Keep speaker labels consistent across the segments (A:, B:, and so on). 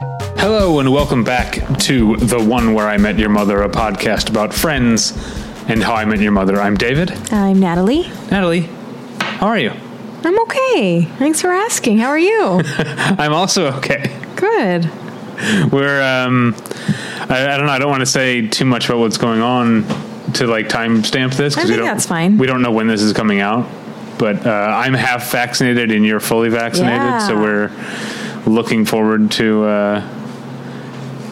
A: Hello, and welcome back to The One Where I Met Your Mother, a podcast about friends and how I met your mother. I'm David.
B: I'm Natalie.
A: Natalie, how are you?
B: I'm okay. Thanks for asking. How are you?
A: I'm also okay.
B: Good.
A: We're, um, I, I don't know, I don't want to say too much about what's going on to like timestamp this. 'cause
B: I
A: we
B: think
A: don't-
B: that's fine.
A: We don't know when this is coming out, but uh, I'm half vaccinated and you're fully vaccinated, so
B: Yeah.
A: we're looking forward to. Uh,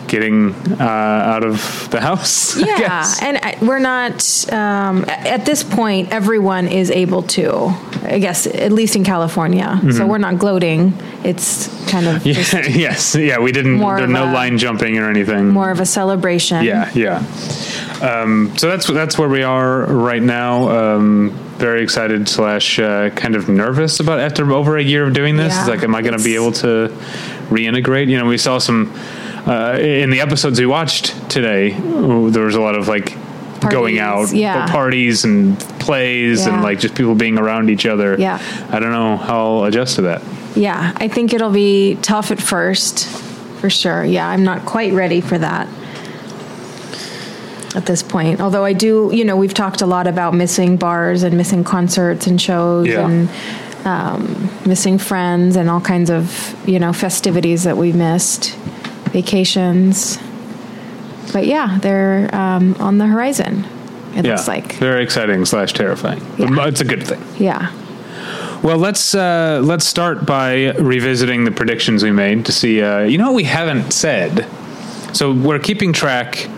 A: Getting uh, out of the house. I
B: Yeah,
A: guess.
B: and I, we're not um, a- at this point. Everyone is able to, I guess, at least in California. So we're not gloating. It's kind of
A: Yeah,
B: just
A: yes, yeah, we didn't.
B: More
A: There
B: of
A: no
B: a-
A: line jumping or anything.
B: more of a celebration.
A: Yeah, yeah. Um, so that's that's where we are right now. Um, very excited slash uh, kind of nervous about after over a year of doing this. It's
B: Yeah,
A: like, am I going to be
B: it's-
A: able to reintegrate? You know, we saw some uh, in the episodes we watched today. ooh, There was a lot of like going
B: Parties,
A: out,
B: yeah.
A: parties and plays, and
B: Yeah.
A: like just people being around each other.
B: Yeah.
A: I don't know how I'll adjust to that.
B: Yeah, I think it'll be tough at first, for sure. Yeah, I'm not quite ready for that at this point. Although I do, you know, we've talked a lot about missing bars and missing concerts and shows
A: Yeah.
B: and um, missing friends and all kinds of, you know, festivities that we missed, vacations. But yeah, they're um, on the horizon, it looks like.
A: very exciting slash terrifying. But
B: Yeah.
A: It's a good thing.
B: Yeah.
A: Well, let's uh, let's start by revisiting the predictions we made to see. Uh, you know what we haven't said. So we're keeping track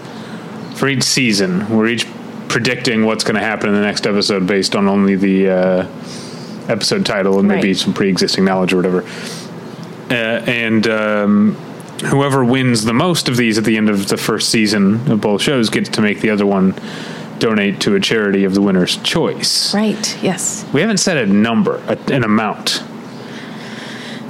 A: for each season. We're each predicting what's going to happen in the next episode based on only the uh, episode title and maybe
B: Right.
A: some pre-existing knowledge or whatever. Uh, and um, whoever wins the most of these at the end of the first season of both shows gets to make the other one donate to a charity of the winner's choice.
B: Right. Yes.
A: We haven't said a number, a, an amount.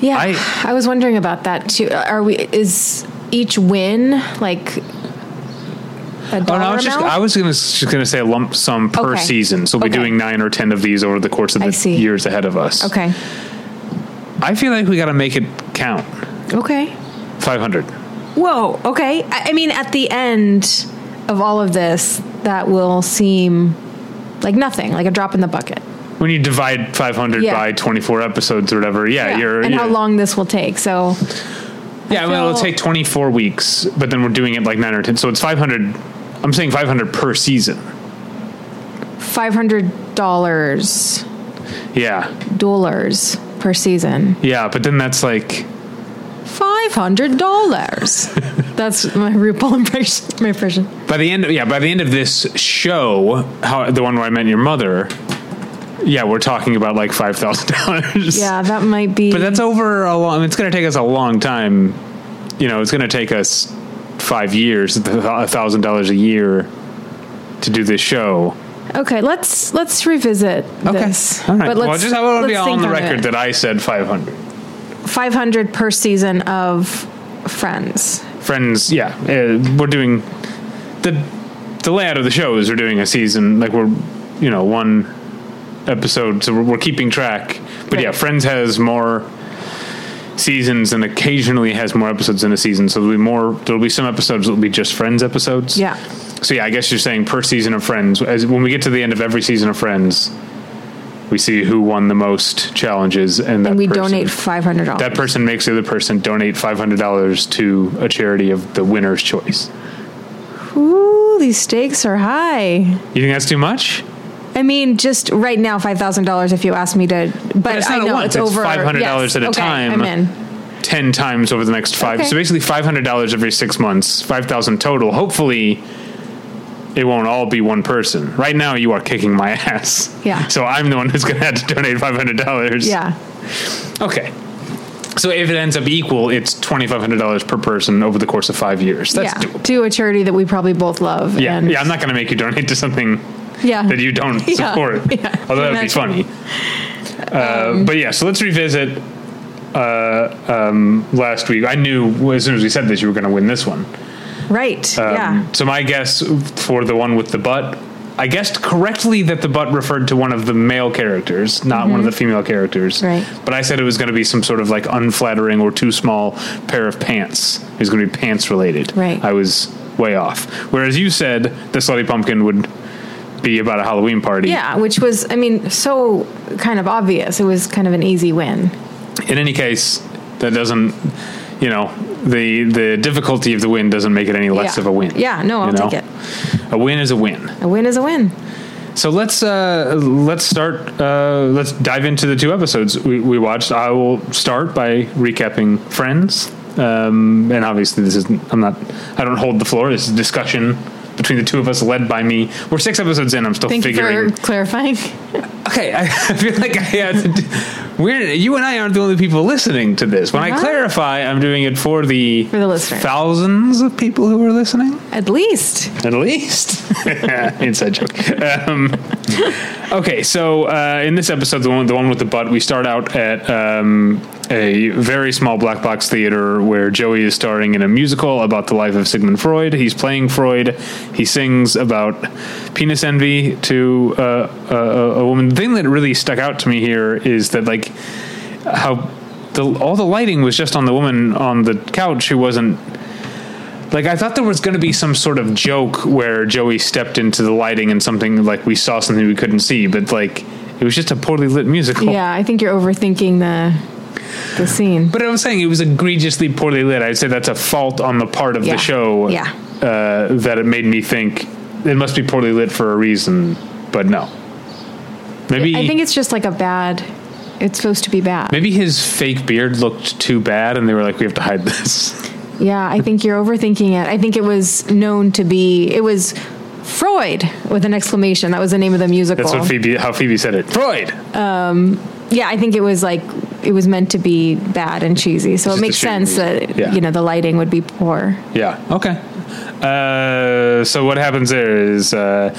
B: Yeah,
A: I-
B: I, was wondering about that too. Are we? Is each win like a
A: Oh,
B: dollar
A: no, I was just
B: amount?
A: I was gonna just gonna say a lump sum per
B: Okay.
A: season. So we'll be
B: Okay.
A: doing nine or ten of these over the course of
B: I
A: the
B: see.
A: years ahead of us.
B: okay.
A: I feel like we got to make it count.
B: Okay.
A: Five hundred.
B: Whoa. Okay. I, I mean, at the end of all of this, that will seem like nothing, like a drop in the bucket.
A: When you divide five hundred
B: Yeah.
A: by twenty four episodes or whatever, yeah, you're.
B: and how
A: you're-
B: long this will take. So
A: Yeah, well, it'll
B: feel-
A: take twenty four weeks, but then we're doing it like nine or ten. So it's five hundred. I'm saying five hundred per season.
B: five hundred dollars
A: Yeah,
B: dollars per season.
A: yeah, but then that's like
B: Five hundred dollars. That's my RuPaul impression. My impression.
A: By the end, yeah, by the end of this show, how, the one where I met your mother, yeah, we're talking about like five thousand dollars.
B: Yeah, that might be.
A: but that's over a long. It's going to take us a long time. You know, it's going to take us five years, a thousand dollars a year, to do this show.
B: Okay, let's let's revisit this.
A: all right.
B: But let's,
A: well, just I want to be on the record that I said five hundred
B: five hundred per season of Friends.
A: friends. Yeah, uh, we're doing the the layout of the show is we're doing a season like we're you know one episode, so we're, we're keeping track. But yeah,
B: Right.
A: Friends has more seasons and occasionally has more episodes in a season. So there'll be more. There'll be some episodes that'll be just Friends episodes.
B: Yeah.
A: So yeah, I guess you're saying per season of Friends. As when we get to the end of every season of Friends, we see who won the most challenges, and, that
B: And we
A: person-
B: donate five hundred dollars.
A: that person makes the other person donate five hundred dollars to a charity of the winner's choice.
B: Ooh, these stakes are high.
A: You think that's too much?
B: I mean, just right now, five thousand dollars. If you ask me to, but,
A: it's
B: I
A: not at
B: know
A: once,
B: it's
A: it's
B: over
A: $500
B: yes,
A: at a
B: okay,
A: time.
B: I'm in.
A: Ten times over the next five.
B: Okay.
A: So basically, five hundred dollars every six months, five thousand total. Hopefully, it won't all be one person. Right now, you are kicking my ass.
B: Yeah.
A: So I'm the one who's going to have to donate five hundred dollars.
B: Yeah,
A: Okay. So if it ends up equal, it's twenty five hundred dollars per person over the course of five years. That's
B: yeah.
A: doable.
B: To a charity that we probably both love.
A: Yeah.
B: and
A: yeah. I'm not going to make you donate to something
B: yeah.
A: that you don't
B: Yeah,
A: support.
B: yeah. Um,
A: Although that'd be
B: Imagine.
A: funny. Uh, but yeah, so let's revisit uh, um, last week. I knew as soon as we said this, you were going to win this one.
B: right.
A: Um,
B: yeah.
A: So my guess for the one with the butt I guessed correctly that the butt referred to one of the male characters, not one of the female characters.
B: Mm-hmm. Right.
A: But I said it was going to be some sort of like unflattering or too small pair of pants. It was going to be pants related.
B: Right.
A: I was way off. Whereas you said the slutty pumpkin would be about a Halloween party.
B: Yeah, which was, I mean, so kind of obvious. It was kind of an easy win.
A: In any case, that doesn't, you know, the the difficulty of the win doesn't make it any less
B: Yeah.
A: of a win.
B: Yeah, no, I'll
A: you know?
B: take it.
A: A win is a win.
B: A win is a win.
A: So let's uh, let's start. Uh, let's dive into the two episodes we, we watched. I will start by recapping Friends, um, and obviously this is I'm not I don't hold the floor. This is discussion between the two of us, led by me. We're six episodes in. I'm still
B: Thank
A: figuring.
B: you for clarifying.
A: okay, I, I feel like I have to. Do, we're you and I aren't the only people listening to this. When I
B: Uh-huh.
A: clarify, I'm doing it for the
B: For the listener.
A: thousands of people who are listening
B: At least.
A: at least inside joke um, okay so uh, in this episode the one, the one with the butt we start out at um, a very small black box theater where joey is starring in a musical about the life of sigmund freud he's playing freud he sings about penis envy to uh, a, a- a woman the thing that really stuck out to me here is that like how the, all the lighting was just on the woman on the couch who wasn't like I thought there was going to be some sort of joke where Joey stepped into the lighting and something like we saw something we couldn't see, but like it was just a poorly lit musical.
B: Yeah, I think you're overthinking the the scene.
A: But I was saying it was egregiously poorly lit. I'd say that's a fault on the part of
B: Yeah.
A: the show.
B: Yeah.
A: Uh, that it made me think it must be poorly lit for a reason, but no. Maybe
B: I think it's just like a bad. It's supposed to be bad.
A: maybe his fake beard looked too bad, and they were like, "We have to hide this."
B: Yeah, I think you're overthinking it. I think it was known to be. It was Freud with an exclamation. That was the name of the musical.
A: That's what Phoebe, how Phoebe said it. Freud.
B: yeah, I think it was like it was meant to be bad and cheesy. So
A: Just
B: it
A: a
B: makes
A: shitty
B: sense that
A: movie. Yeah.
B: you know the lighting would be poor.
A: Yeah. Okay. Uh, so what happens there is uh,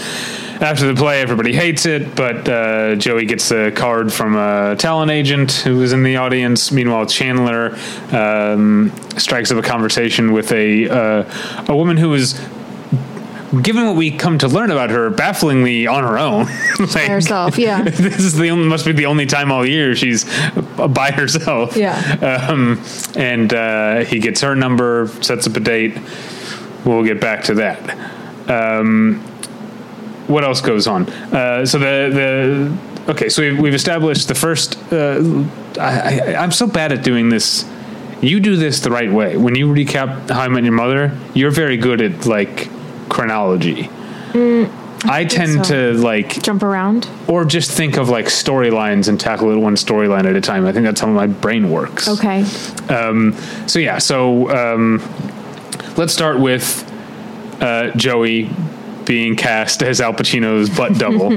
A: after the play, everybody hates it, but uh, Joey gets a card from a talent agent who was in the audience. Meanwhile, Chandler um, strikes up a conversation with a uh, a woman who is. Given what we come to learn about her, bafflingly on her own, Like,
B: herself, yeah.
A: this is the only, must be the only time all year she's by herself.
B: Yeah.
A: Um, and uh, he gets her number, sets up a date. We'll get back to that. Um, what else goes on? Uh, so the the okay, so we've, we've established the first. Uh, I, I, I'm so bad at doing this. You do this the right way. When you recap How I Met Your Mother, you're very good at like chronology. I tend
B: Mm, so.
A: to like
B: Jump around.
A: or just think of like storylines and tackle it one storyline at a time. I think that's how my brain works.
B: Okay.
A: Um, so yeah, so um, let's start with uh, Joey being cast as Al Pacino's butt double.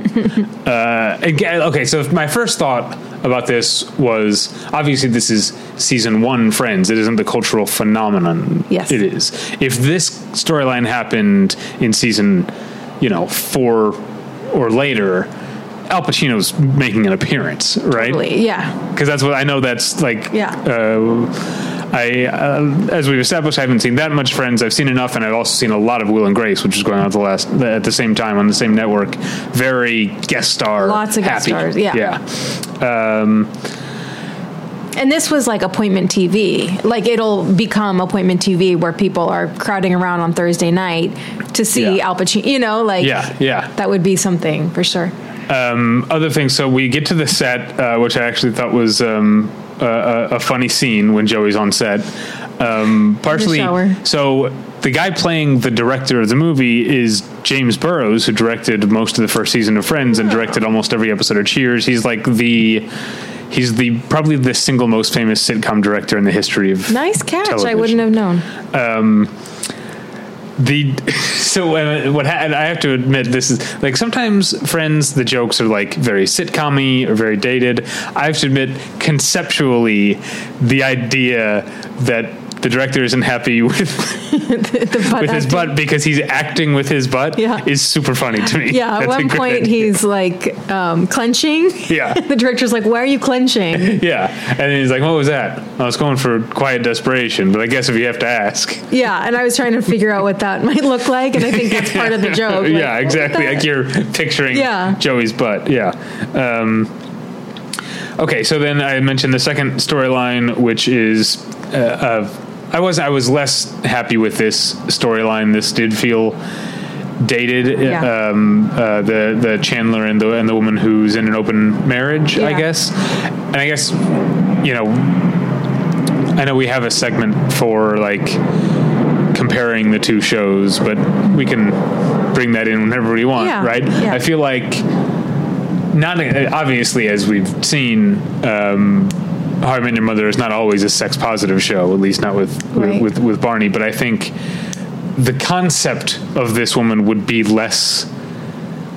A: uh, again, okay, so if my first thought about this was obviously this is season one Friends. It isn't the cultural phenomenon.
B: Yes.
A: it is. If this storyline happened in season, you know, four or later. Al Pacino's making an appearance, right?
B: Totally. Yeah.
A: because that's what I know. That's like
B: Yeah.
A: Uh, I uh, as we've established, I haven't seen that much Friends. I've seen enough, and I've also seen a lot of Will and Grace, which is going on at the last at the same time on the same network. Very guest star,
B: Lots of guest
A: happy.
B: stars, yeah.
A: yeah. Um,
B: And this was like appointment TV. Like it'll become appointment TV where people are crowding around on Thursday night to see
A: Yeah.
B: Al Pacino. You know, like
A: Yeah, yeah.
B: that would be something for sure.
A: um, other things. So we get to the set, uh, which I actually thought was um, a, a, a funny scene when Joey's on set. Um, partially,
B: shower.
A: so the guy playing the director of the movie is James Burrows, who directed most of the first season of Friends and directed almost every episode of Cheers. He's like the he's the probably the single most famous sitcom director in the history of
B: Nice catch. I
A: Television.
B: wouldn't have known.
A: the so uh, what ha- and I have to admit this is like sometimes friends the jokes are like very sitcomy or very dated. I have to admit conceptually the idea that the director isn't happy with
B: the butt
A: with his
B: acting.
A: butt because he's acting with his butt
B: Yeah.
A: is super funny to me.
B: Yeah, at
A: That's a
B: one
A: great
B: point
A: idea.
B: he's like um, clenching.
A: Yeah.
B: the director's like, "Why are you clenching?"
A: Yeah, and then he's like, "What was that?" I was going for quiet desperation, but I guess if you have to ask,
B: yeah, and I was trying to figure out what that might look like, and I think that's part of the joke. like,
A: yeah, exactly. Like you're picturing
B: Yeah.
A: Joey's butt. Yeah. Um, okay, so then I mentioned the second storyline, which is uh, uh, I was I was less happy with this storyline. This did feel dated.
B: Yeah.
A: Um, uh, the the Chandler and the and the woman who's in an open marriage, I
B: Yeah.
A: guess, and I guess you know. I know we have a segment for like comparing the two shows, but we can bring that in whenever we want,
B: Yeah,
A: right?
B: yeah.
A: I feel like not obviously as we've seen. Um, How I Met Your Mother is not always a sex positive show, at least not with
B: Right.
A: with, with Barney. But I think the concept of this woman would be less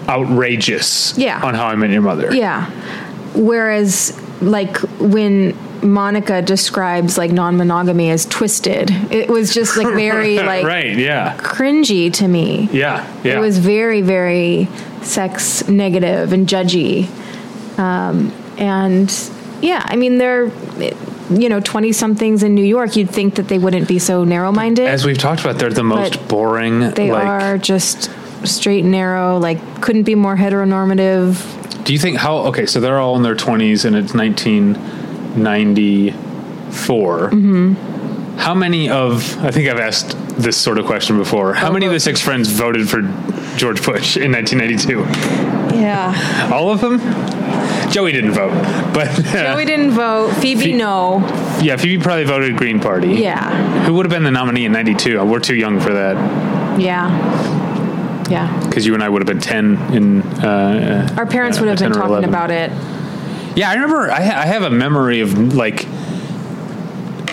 A: outrageous
B: Yeah.
A: on How I Met Your Mother.
B: Yeah. Whereas, like, when Monica describes like non monogamy as twisted, it was just like very like
A: right. Yeah.
B: cringy to me.
A: Yeah. Yeah.
B: It was very, very sex negative and judgy. Um, and yeah, I mean, they're, you know, 20 somethings in New York, you'd think that they wouldn't be so narrow minded.
A: as we've talked about, they're the most
B: But
A: boring.
B: They
A: like,
B: are just straight and narrow, like, couldn't be more heteronormative.
A: Do you think how okay? So they're all in their twenties, and it's nineteen
B: Mm-hmm.
A: How many of I think I've asked this sort of question before. How many of the six friends voted for George Bush in nineteen ninety two?
B: Yeah.
A: All of them. Joey didn't vote, but uh,
B: Joey didn't vote. Phoebe, no.
A: yeah, Phoebe probably voted Green Party.
B: Yeah.
A: Who would have been the nominee in ninety two? We're too young for that
B: Yeah. Yeah.
A: because you and I would have been ten in. Uh,
B: Our parents
A: uh,
B: would have
A: 10
B: been
A: or 11.
B: talking about it.
A: Yeah, I remember. I, ha- I have a memory of like.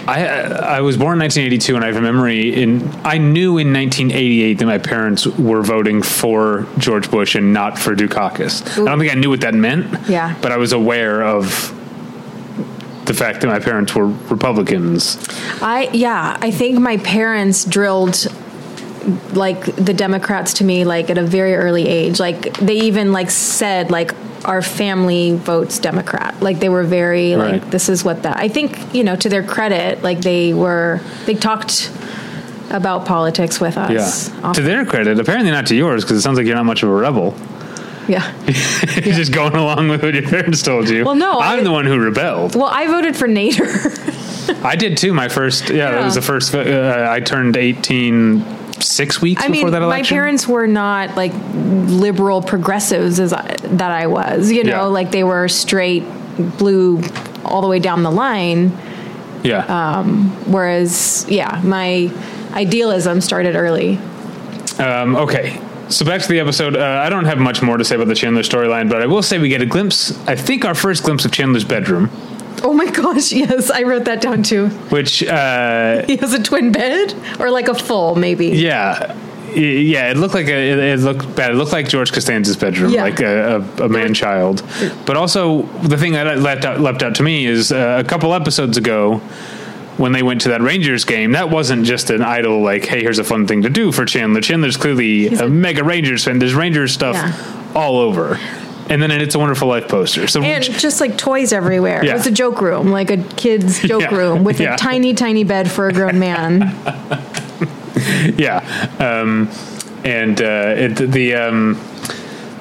A: I I was born in 1982, and I have a memory in. I knew in 1988 that my parents were voting for George Bush and not for Dukakis. I don't think I knew what that meant.
B: Yeah.
A: but I was aware of the fact that my parents were Republicans.
B: I yeah, I think my parents drilled like the Democrats to me like at a very early age. Like they even like said like our family votes Democrat. Like they were very
A: Right.
B: like this is what that. I think you know to their credit, like they were they talked about politics with us.
A: to their credit, apparently not to yours, because it sounds like you're not much of a rebel.
B: yeah.
A: you're just going along with what your parents told you.
B: Well, no,
A: I'm
B: I-
A: the one who rebelled.
B: Well, I voted for Nader.
A: I did too. My first, yeah, that
B: Yeah.
A: was the first. Uh, I turned 18 six weeks
B: I
A: before
B: mean,
A: that
B: my
A: election.
B: parents were not like liberal progressives as I, that I was. You know,
A: Yeah.
B: like they were straight blue all the way down the line.
A: yeah.
B: Whereas, yeah, my idealism started early. Oh.
A: um, okay. So back to the episode. Uh, I don't have much more to say about the Chandler storyline, but I will say we get a glimpse. I think our first glimpse of Chandler's bedroom,
B: Oh my gosh, yes, I wrote that down too.
A: which, uh,
B: He has a twin bed or like a full, maybe.
A: yeah. Y- Yeah, it looked like a, it, it looked bad. It looked like George Costanza's bedroom,
B: Yeah.
A: like a, a, a man child. But also, the thing that left out, left out to me is uh, a couple episodes ago, when they went to that Rangers game, that wasn't just an idle like, "Hey, here's a fun thing to do for Chandler." Chandler's clearly a, mega Rangers fan. There's Rangers stuff
B: Yeah.
A: all over, and then an "It's a Wonderful Life" poster. So
B: And just like toys everywhere.
A: Yeah.
B: It was a joke room, like a kid's joke
A: Yeah.
B: room with
A: Yeah.
B: a tiny, tiny bed for a grown man.
A: yeah, um, and uh, it, the um,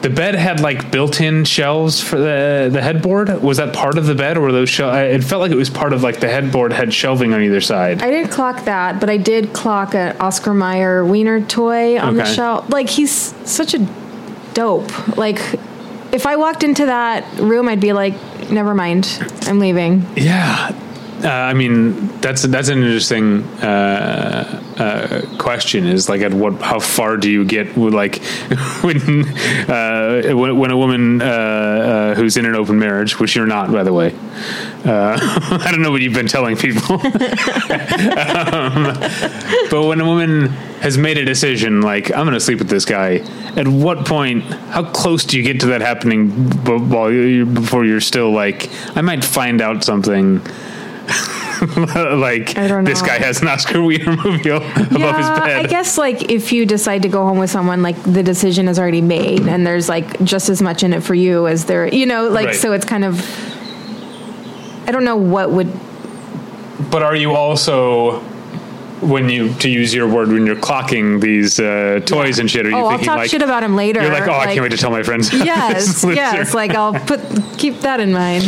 A: the bed had like built-in shelves for the the headboard. Was that part of the bed, or were those? Shel- I- it felt like it was part of like the headboard had shelving on either side.
B: I didn't clock that, but I did clock an Oscar Mayer wiener toy on the
A: Okay.
B: shelf. Like he's such a dope. Like if I walked into that room, I'd be like, "Never mind, I'm leaving."
A: Yeah, uh, I mean that's that's an interesting uh, uh, question. Is like at what how far do you get? with, Like when uh, when, when a woman uh, uh, who's in an open marriage, which you're not, by the way. Uh, I don't know what you've been telling people, um, but when a woman has made a decision, like I'm going to sleep with this guy, at what point? How close do you get to that happening b- while you before you're still like I might find out something like
B: I don't
A: this
B: know.
A: guy has an Oscar Wiener movie o- above his
B: I
A: bed.
B: guess like if you decide to go home with someone, like the decision is already made, and there's like just as much in it for you as there, you know, like
A: Right.
B: so it's kind of. I don't know what would.
A: But are you also when you to use your word when you're clocking these uh, toys and shit? Are you
B: Oh, I'll
A: thinking
B: talk
A: like
B: shit about him later.
A: you're like, oh, I can't wait to tell my friends. about this
B: Yes,
A: loser."
B: yes. Like I'll put keep that in mind.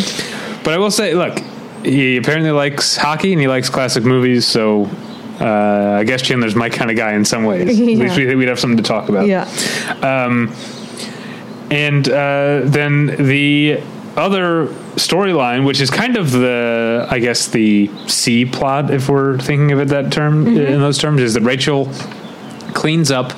A: But I will say, look, he apparently likes hockey and he likes classic movies, so uh, I guess Chandler's my kind of guy in some ways.
B: Yeah.
A: At least we, we'd have something to talk about.
B: Yeah.
A: And uh, then the other storyline, which is kind of the, I guess, the C plot, if we're thinking of it that term uh,
B: Mm-hmm.
A: in those terms, is that Rachel cleans up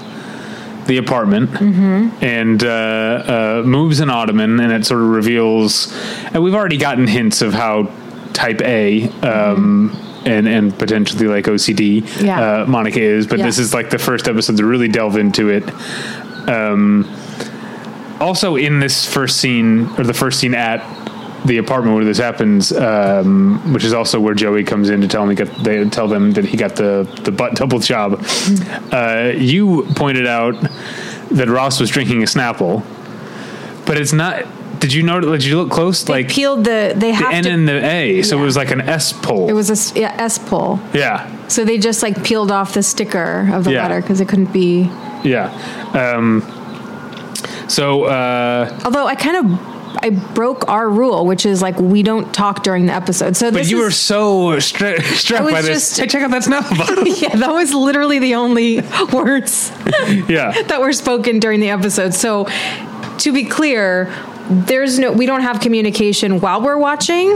A: the apartment
B: Mm-hmm.
A: and uh, uh, moves an ottoman, and it sort of reveals. And we've already gotten hints of how type A. Um, And, and potentially like OCD,
B: Mm-hmm. Yeah.
A: uh, Monica is, but
B: Yeah.
A: this is like the first episode to really delve into it also in this first scene or the first scene at the apartment where this happens, um, which is also where Joey comes in to tell him he got, they tell them that he got the the butt double job.
B: Mm-hmm.
A: Uh, you pointed out that Ross was drinking a Snapple, but it's not. Did you notice? Did you look close?
B: They
A: like
B: peeled the.
A: the
B: They have
A: N
B: to.
A: and the A, so it
B: Yeah.
A: was like an S
B: it
A: pole.
B: was a s- yeah, S pole,
A: yeah,
B: so they just like peeled off the sticker of the
A: Yeah.
B: letter because it couldn't be.
A: yeah. Um, so. Uh,
B: Although I kind of. I broke our rule, which is like we don't talk during the episode. So,
A: but
B: this
A: you
B: is,
A: were so stra- struck
B: I was
A: by this.
B: just-
A: hey, check out that Snapple bottle.
B: yeah, that was literally the only words
A: yeah.
B: that were spoken during the episode. So, to be clear, there's no we don't have communication while we're watching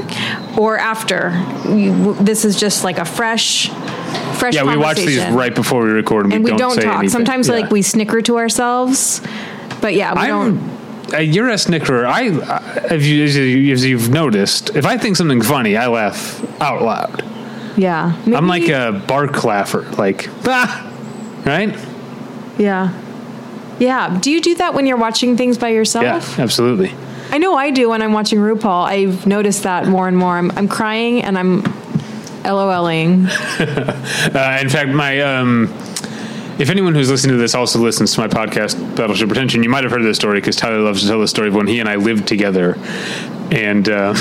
B: or after. We, w- this is just like a fresh, fresh.
A: Yeah, we watch these
B: conversation.
A: right before we record, and,
B: and we don't,
A: say
B: talk.
A: Anything.
B: Sometimes
A: Yeah.
B: like we snicker to ourselves, but yeah, we
A: I'm.
B: don't.
A: Uh, you're a snickerer. I, I if you, as, you, as you've noticed, if I think something funny, I laugh out loud.
B: Yeah, Maybe-
A: I'm like a bark laugher, like ah, right?
B: yeah. Yeah. Do you do that when you're watching things by yourself?
A: Yeah, absolutely.
B: I know I do when I'm watching RuPaul. I've noticed that more and more. I'm, I'm crying and I'm LOLing.
A: Mm-hmm. Uh, in fact, my um, if anyone who's listening to this also listens to my podcast Battleship Retention, you might have heard this story because Tyler loves to tell the story of when he and I lived together. And uh,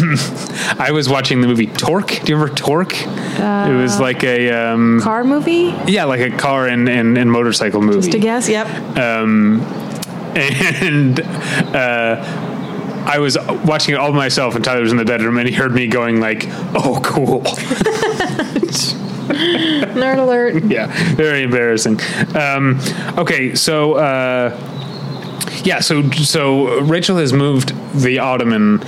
A: I was watching the movie Torque. Do you remember Torque? it was like a um,
B: Car movie?
A: Yeah, like a car and, and, and motorcycle movie.
B: Just a guess. Yep.
A: And uh, I was watching it all by myself, and Tyler was in the bedroom, and he heard me going like, "Oh, cool."
B: Nerd alert.
A: yeah, very embarrassing. Um, okay, so uh, yeah, so so Rachel has moved the ottoman,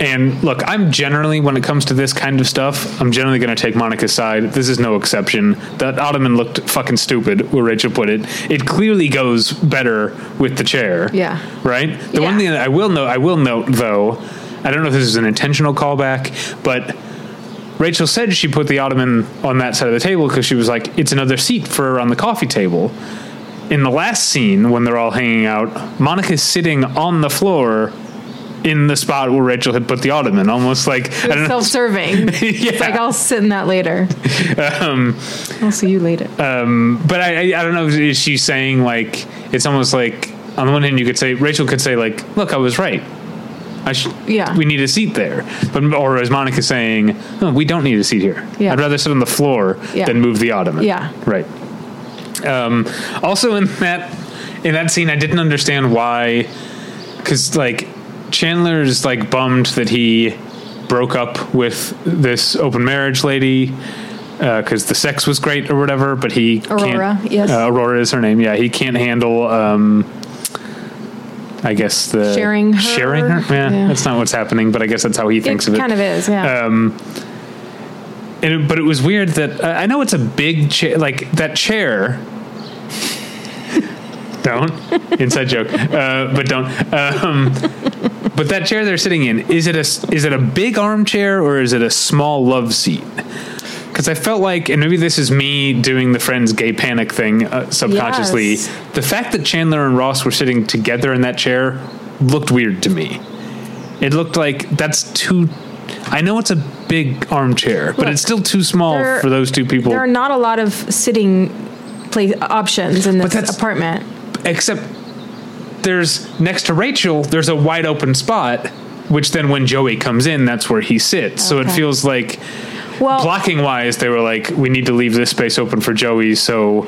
A: and look, I'm generally when it comes to this kind of stuff, I'm generally going to take Monica's side. This is no exception. That ottoman looked fucking stupid where Rachel put it. It clearly goes better with the chair.
B: Yeah.
A: Right. The one
B: Yeah.
A: thing that I will note, I will note though, I don't know if this is an intentional callback, but. Rachel said she put the ottoman on that side of the table because she was like, it's another seat for her on the coffee table. In the last scene, when they're all hanging out, Monica's sitting on the floor in the spot where Rachel had put the ottoman, almost like I don't know.
B: Self serving. It's like,
A: Yeah.
B: I'll sit in that later.
A: Um,
B: I'll see you later.
A: uh, But I, I, I don't know. Is she saying like it's almost like on the one hand you could say Rachel could say like, look, I was right. I should,
B: Yeah.
A: We need a seat there, but or as Monica saying, no, we don't need a seat here.
B: Yeah.
A: I'd rather sit on the floor
B: Yeah.
A: than move the ottoman.
B: Yeah.
A: Right. Um, also in that in that scene, I didn't understand why, because like Chandler's like bummed that he broke up with this open marriage lady because the sex was great or whatever, but he
B: Aurora,
A: can't,
B: yes.
A: uh, Aurora is her name. Yeah, he can't handle. Um, I guess the
B: Sharing her?
A: sharing her. Yeah,
B: Yeah.
A: that's not what's happening, but I guess that's how he thinks
B: it
A: of it
B: kind of is, yeah.
A: uh, and it, but it was weird that I I know it's a big chair, like that chair. don't inside joke, uh, but don't. Um, but that chair they're sitting in is it a s- is it a big armchair or is it a small love seat? Because I felt like, and maybe this is me doing the friends gay panic thing uh, subconsciously.
B: Yes.
A: The fact that Chandler and Ross were sitting together in that chair looked weird to me. It looked like that's too I know it's a big armchair, but
B: Look,
A: it's still too small
B: there-
A: for those two people.
B: There are not a lot of sitting place options in
A: But that's-
B: this apartment.
A: except there's next to Rachel, there's a wide open spot, which then when Joey comes in, that's where he sits. So it
B: Okay.
A: feels like
B: Well,
A: blocking wise, they were like, we need to leave this space open for Joey. So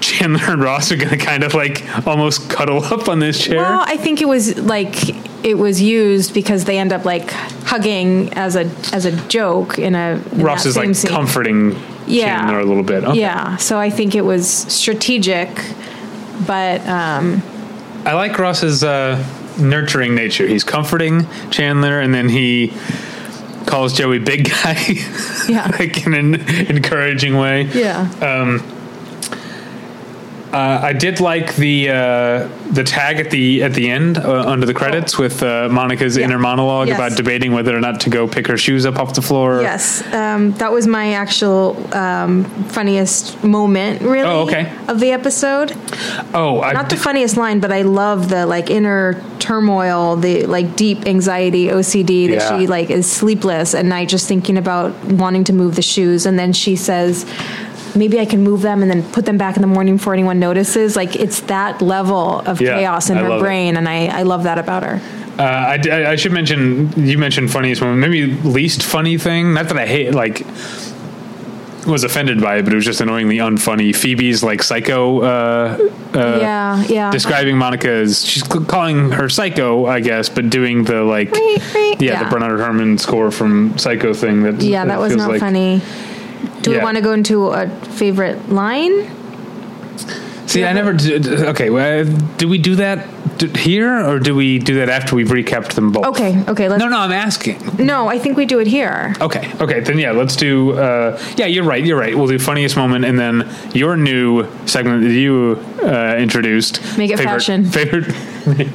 A: Chandler and Ross are going to kind of like almost cuddle up on this chair.
B: well, I think it was like it was used because they end up like hugging as a as a joke in a in
A: Ross
B: that
A: is
B: same
A: like
B: scene.
A: comforting
B: Yeah.
A: Chandler a little bit. Okay.
B: Yeah, so I think it was strategic, but um,
A: I like Ross's uh, nurturing nature. He's comforting Chandler, and then he calls Joey big guy,
B: Yeah.
A: like in an encouraging way.
B: yeah,
A: Uh, I did like the uh, the tag at the at the end uh, under the credits with uh, Monica's inner monologue
B: Oh. Yes.
A: about debating whether or not to go pick her shoes up off the floor.
B: yes, um, that was my actual um, funniest moment, really,
A: Oh, okay.
B: of the episode.
A: Oh, I,
B: Not the funniest line, but I love the like inner turmoil, the like deep anxiety, OCD that
A: Yeah.
B: she like is sleepless at night just thinking about wanting to move the shoes, and then she says. Maybe I can move them and then put them back in the morning before anyone notices. Like it's that level of
A: Yeah,
B: chaos in
A: I
B: her
A: love it.
B: brain, and I, I love that about her.
A: Uh, I, d- I- I should mention you mentioned funniest moment, maybe least funny thing. Not that I hate like was offended by it, but it was just annoyingly unfunny. Phoebe's like psycho uh,
B: yeah, yeah.
A: describing Monica as she's c- calling her psycho, I guess, but doing the like
B: Right, right.
A: yeah, the Bernard Herman score from Psycho thing. That
B: Yeah, that was
A: feels
B: not
A: like-
B: funny. Do
A: Yeah.
B: we want to go into a favorite line?
A: See, I never. Did, okay, well, do we do that d- here, or do we do that after we've recapped them both?
B: Okay, okay. Let's,
A: No, no, I'm asking.
B: no. I think we do it here.
A: Okay, okay, then yeah, let's do. Uh, yeah, you're right, you're right. We'll do funniest moment, and then your new segment that you uh, introduced.
B: Make it
A: favorite,
B: fashion.
A: Favorite.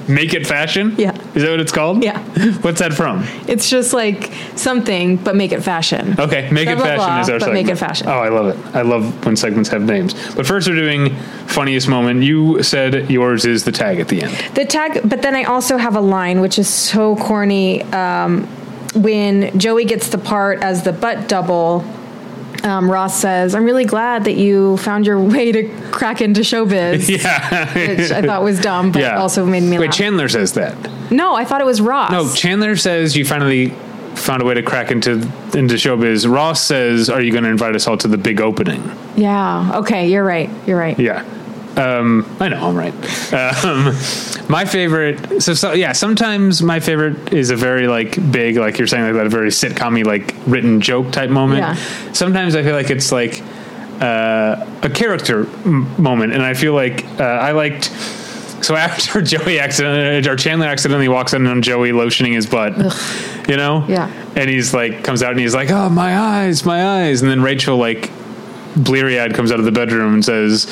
A: make it fashion.
B: Yeah.
A: Is that what it's called?
B: Yeah.
A: What's that from?
B: It's just like something, but make it fashion.
A: Okay, make
B: Blah,
A: it
B: blah,
A: fashion
B: blah,
A: is our
B: but
A: segment.
B: Make It Fashion.
A: Oh, I love it. I love when segments have names. But first, we're doing funniest moment. You said yours is the tag at the end.
B: The tag, but then I also have a line which is so corny. Um, when Joey gets the part as the butt double, um, Ross says, "I'm really glad that you found your way to crack into showbiz,"
A: Yeah.
B: which I thought was dumb, but
A: yeah.
B: also made me
A: Wait,
B: laugh.
A: Chandler says that.
B: no, I thought it was Ross.
A: No, Chandler says you finally found a way to crack into into showbiz. Ross says, "Are you going to invite us all to the big opening?"
B: Yeah. Okay. You're right. You're right.
A: Yeah. Um, I know I'm right. Um, my favorite, so, so yeah. Sometimes my favorite is a very like big, like you're saying, like that a very sitcom-y, like written joke type moment.
B: Yeah.
A: Sometimes I feel like it's like uh, a character m- moment, and I feel like uh, I liked. So after Joey accident or Chandler accidentally walks in on Joey lotioning his butt, you know,
B: Yeah.
A: and he's like comes out and he's like, "Oh, my eyes, my eyes," and then Rachel like bleary eyed comes out of the bedroom and says,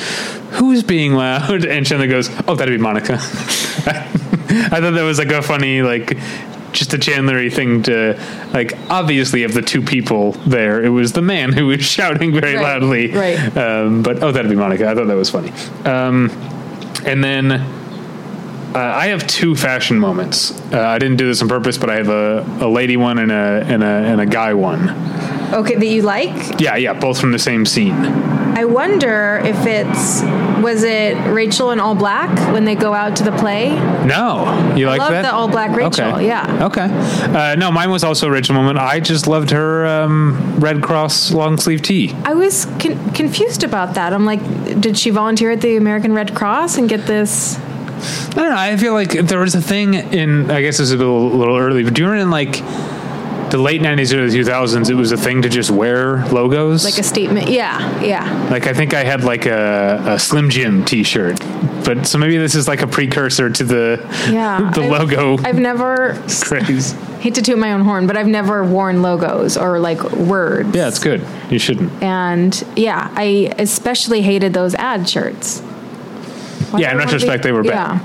A: Who's being loud? And Chandler goes, Oh, that'd be Monica. I thought that was like a funny, like, just a Chandlery thing to, like, obviously, of the two people there, it was the man who was shouting very
B: Right,
A: loudly.
B: right.
A: Um, but, oh, that'd be Monica. I thought that was funny. Um, and then. Uh, I have two fashion moments. Uh, I didn't do this on purpose, but I have a, a lady one and a and a and a guy one.
B: Okay. That you like?
A: Yeah, yeah, both from the same scene.
B: I wonder if it's was it Rachel in all black when they go out to the play?
A: No, you like
B: love
A: that?
B: the all-black Rachel,
A: Okay.
B: yeah.
A: Okay. Uh, no, mine was also Rachel Moment. I just loved her um, Red Cross long sleeve tee.
B: I was con- confused about that. I'm like, did she volunteer at the American Red Cross and get this?
A: I don't know. I feel like if there was a thing in. I guess this is a little, little early, but do you remember in like the late '90s or the 2000s, it was a thing to just wear logos.
B: Like a statement? Yeah, yeah.
A: Like, I think I had like a, a Slim Jim T-shirt, but so maybe this is like a precursor to the
B: Yeah.
A: the
B: I've-
A: logo
B: I've never
A: craze.
B: hate to toot my own horn, but I've never worn logos or like words.
A: Yeah, it's good. You shouldn't.
B: And yeah, I especially hated those ad shirts. Why
A: Yeah, in
B: would I wanna
A: retrospect, they were bad.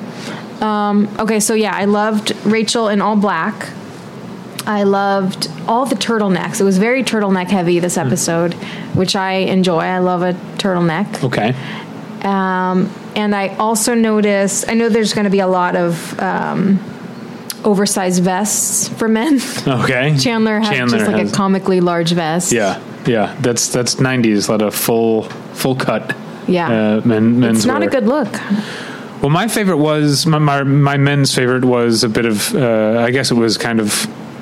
B: Yeah. Um, okay, so yeah, I loved Rachel in all black. I loved all the turtlenecks. It was very turtleneck heavy
A: Hmm.
B: this episode, which I enjoy. I love a turtleneck.
A: Okay. Oh.
B: Um, and I also noticed, I know there's going to be a lot of um, oversized vests for men.
A: Okay.
B: Chandler has just like
A: has-
B: a comically large vest.
A: Yeah, yeah. That's that's 90s. Let a full full cut.
B: Yeah.
A: Uh, men, men's
B: It's not a
A: wear.
B: good look.
A: Well, my favorite was my my, my men's favorite was a bit of uh, I guess it was kind of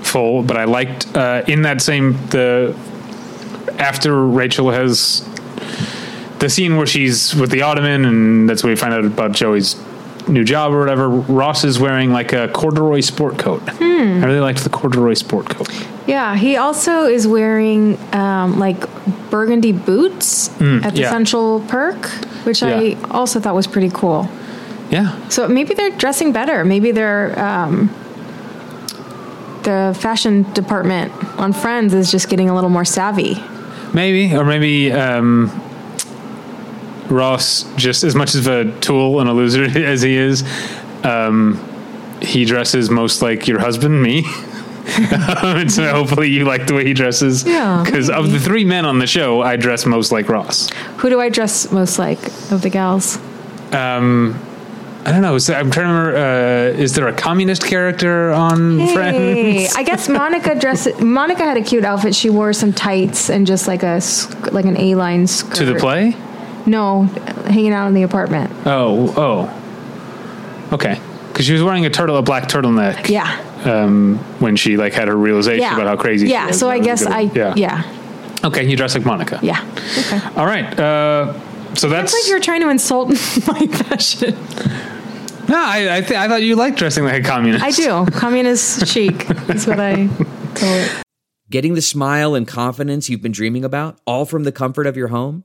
A: full, but I liked uh, in that same the after Rachel has the scene where she's with the ottoman, and that's when we find out about Joey's new job or whatever. Ross is wearing like a corduroy sport coat.
B: Hmm.
A: I really liked the corduroy sport coat.
B: Yeah. He also is wearing um, like burgundy boots at the
A: Mm, yeah.
B: Central Perk, which I
A: Yeah.
B: also thought was pretty cool.
A: Yeah,
B: So maybe they're dressing better. Maybe they're um, the fashion department on Friends is just getting a little more savvy.
A: maybe or maybe. Um, Ross, just as much of a tool and a loser as he is, um, he dresses most like your husband, me. and so hopefully you like the way he dresses.
B: Yeah,
A: Because of the three men on the show, I dress most like Ross.
B: Who do I dress most like of the gals?
A: I don't know. Is there, I'm trying to remember. Uh, is there a communist character on
B: Hey,
A: Friends?
B: I guess Monica dressed. Monica had a cute outfit. She wore some tights and just like a sk- like an A line skirt.
A: To the play?
B: No, hanging out in the apartment.
A: Oh, oh. Okay. Because she was wearing a turtle, a black turtleneck.
B: Yeah,
A: Um, when she like had her realization
B: yeah.
A: about how crazy.
B: Yeah,
A: she was.
B: so
A: That
B: I
A: was a
B: guess
A: good
B: I.
A: one.
B: Yeah,
A: yeah.
B: yeah.
A: Okay, you dress like Monica.
B: Okay.
A: All right. Uh, so that's
B: It's like you're trying to insult my fashion.
A: no. I I, th- I thought you liked dressing like a communist.
B: I do. Communist chic is what I call it.
C: Getting the smile and confidence you've been dreaming about, all from the comfort of your home,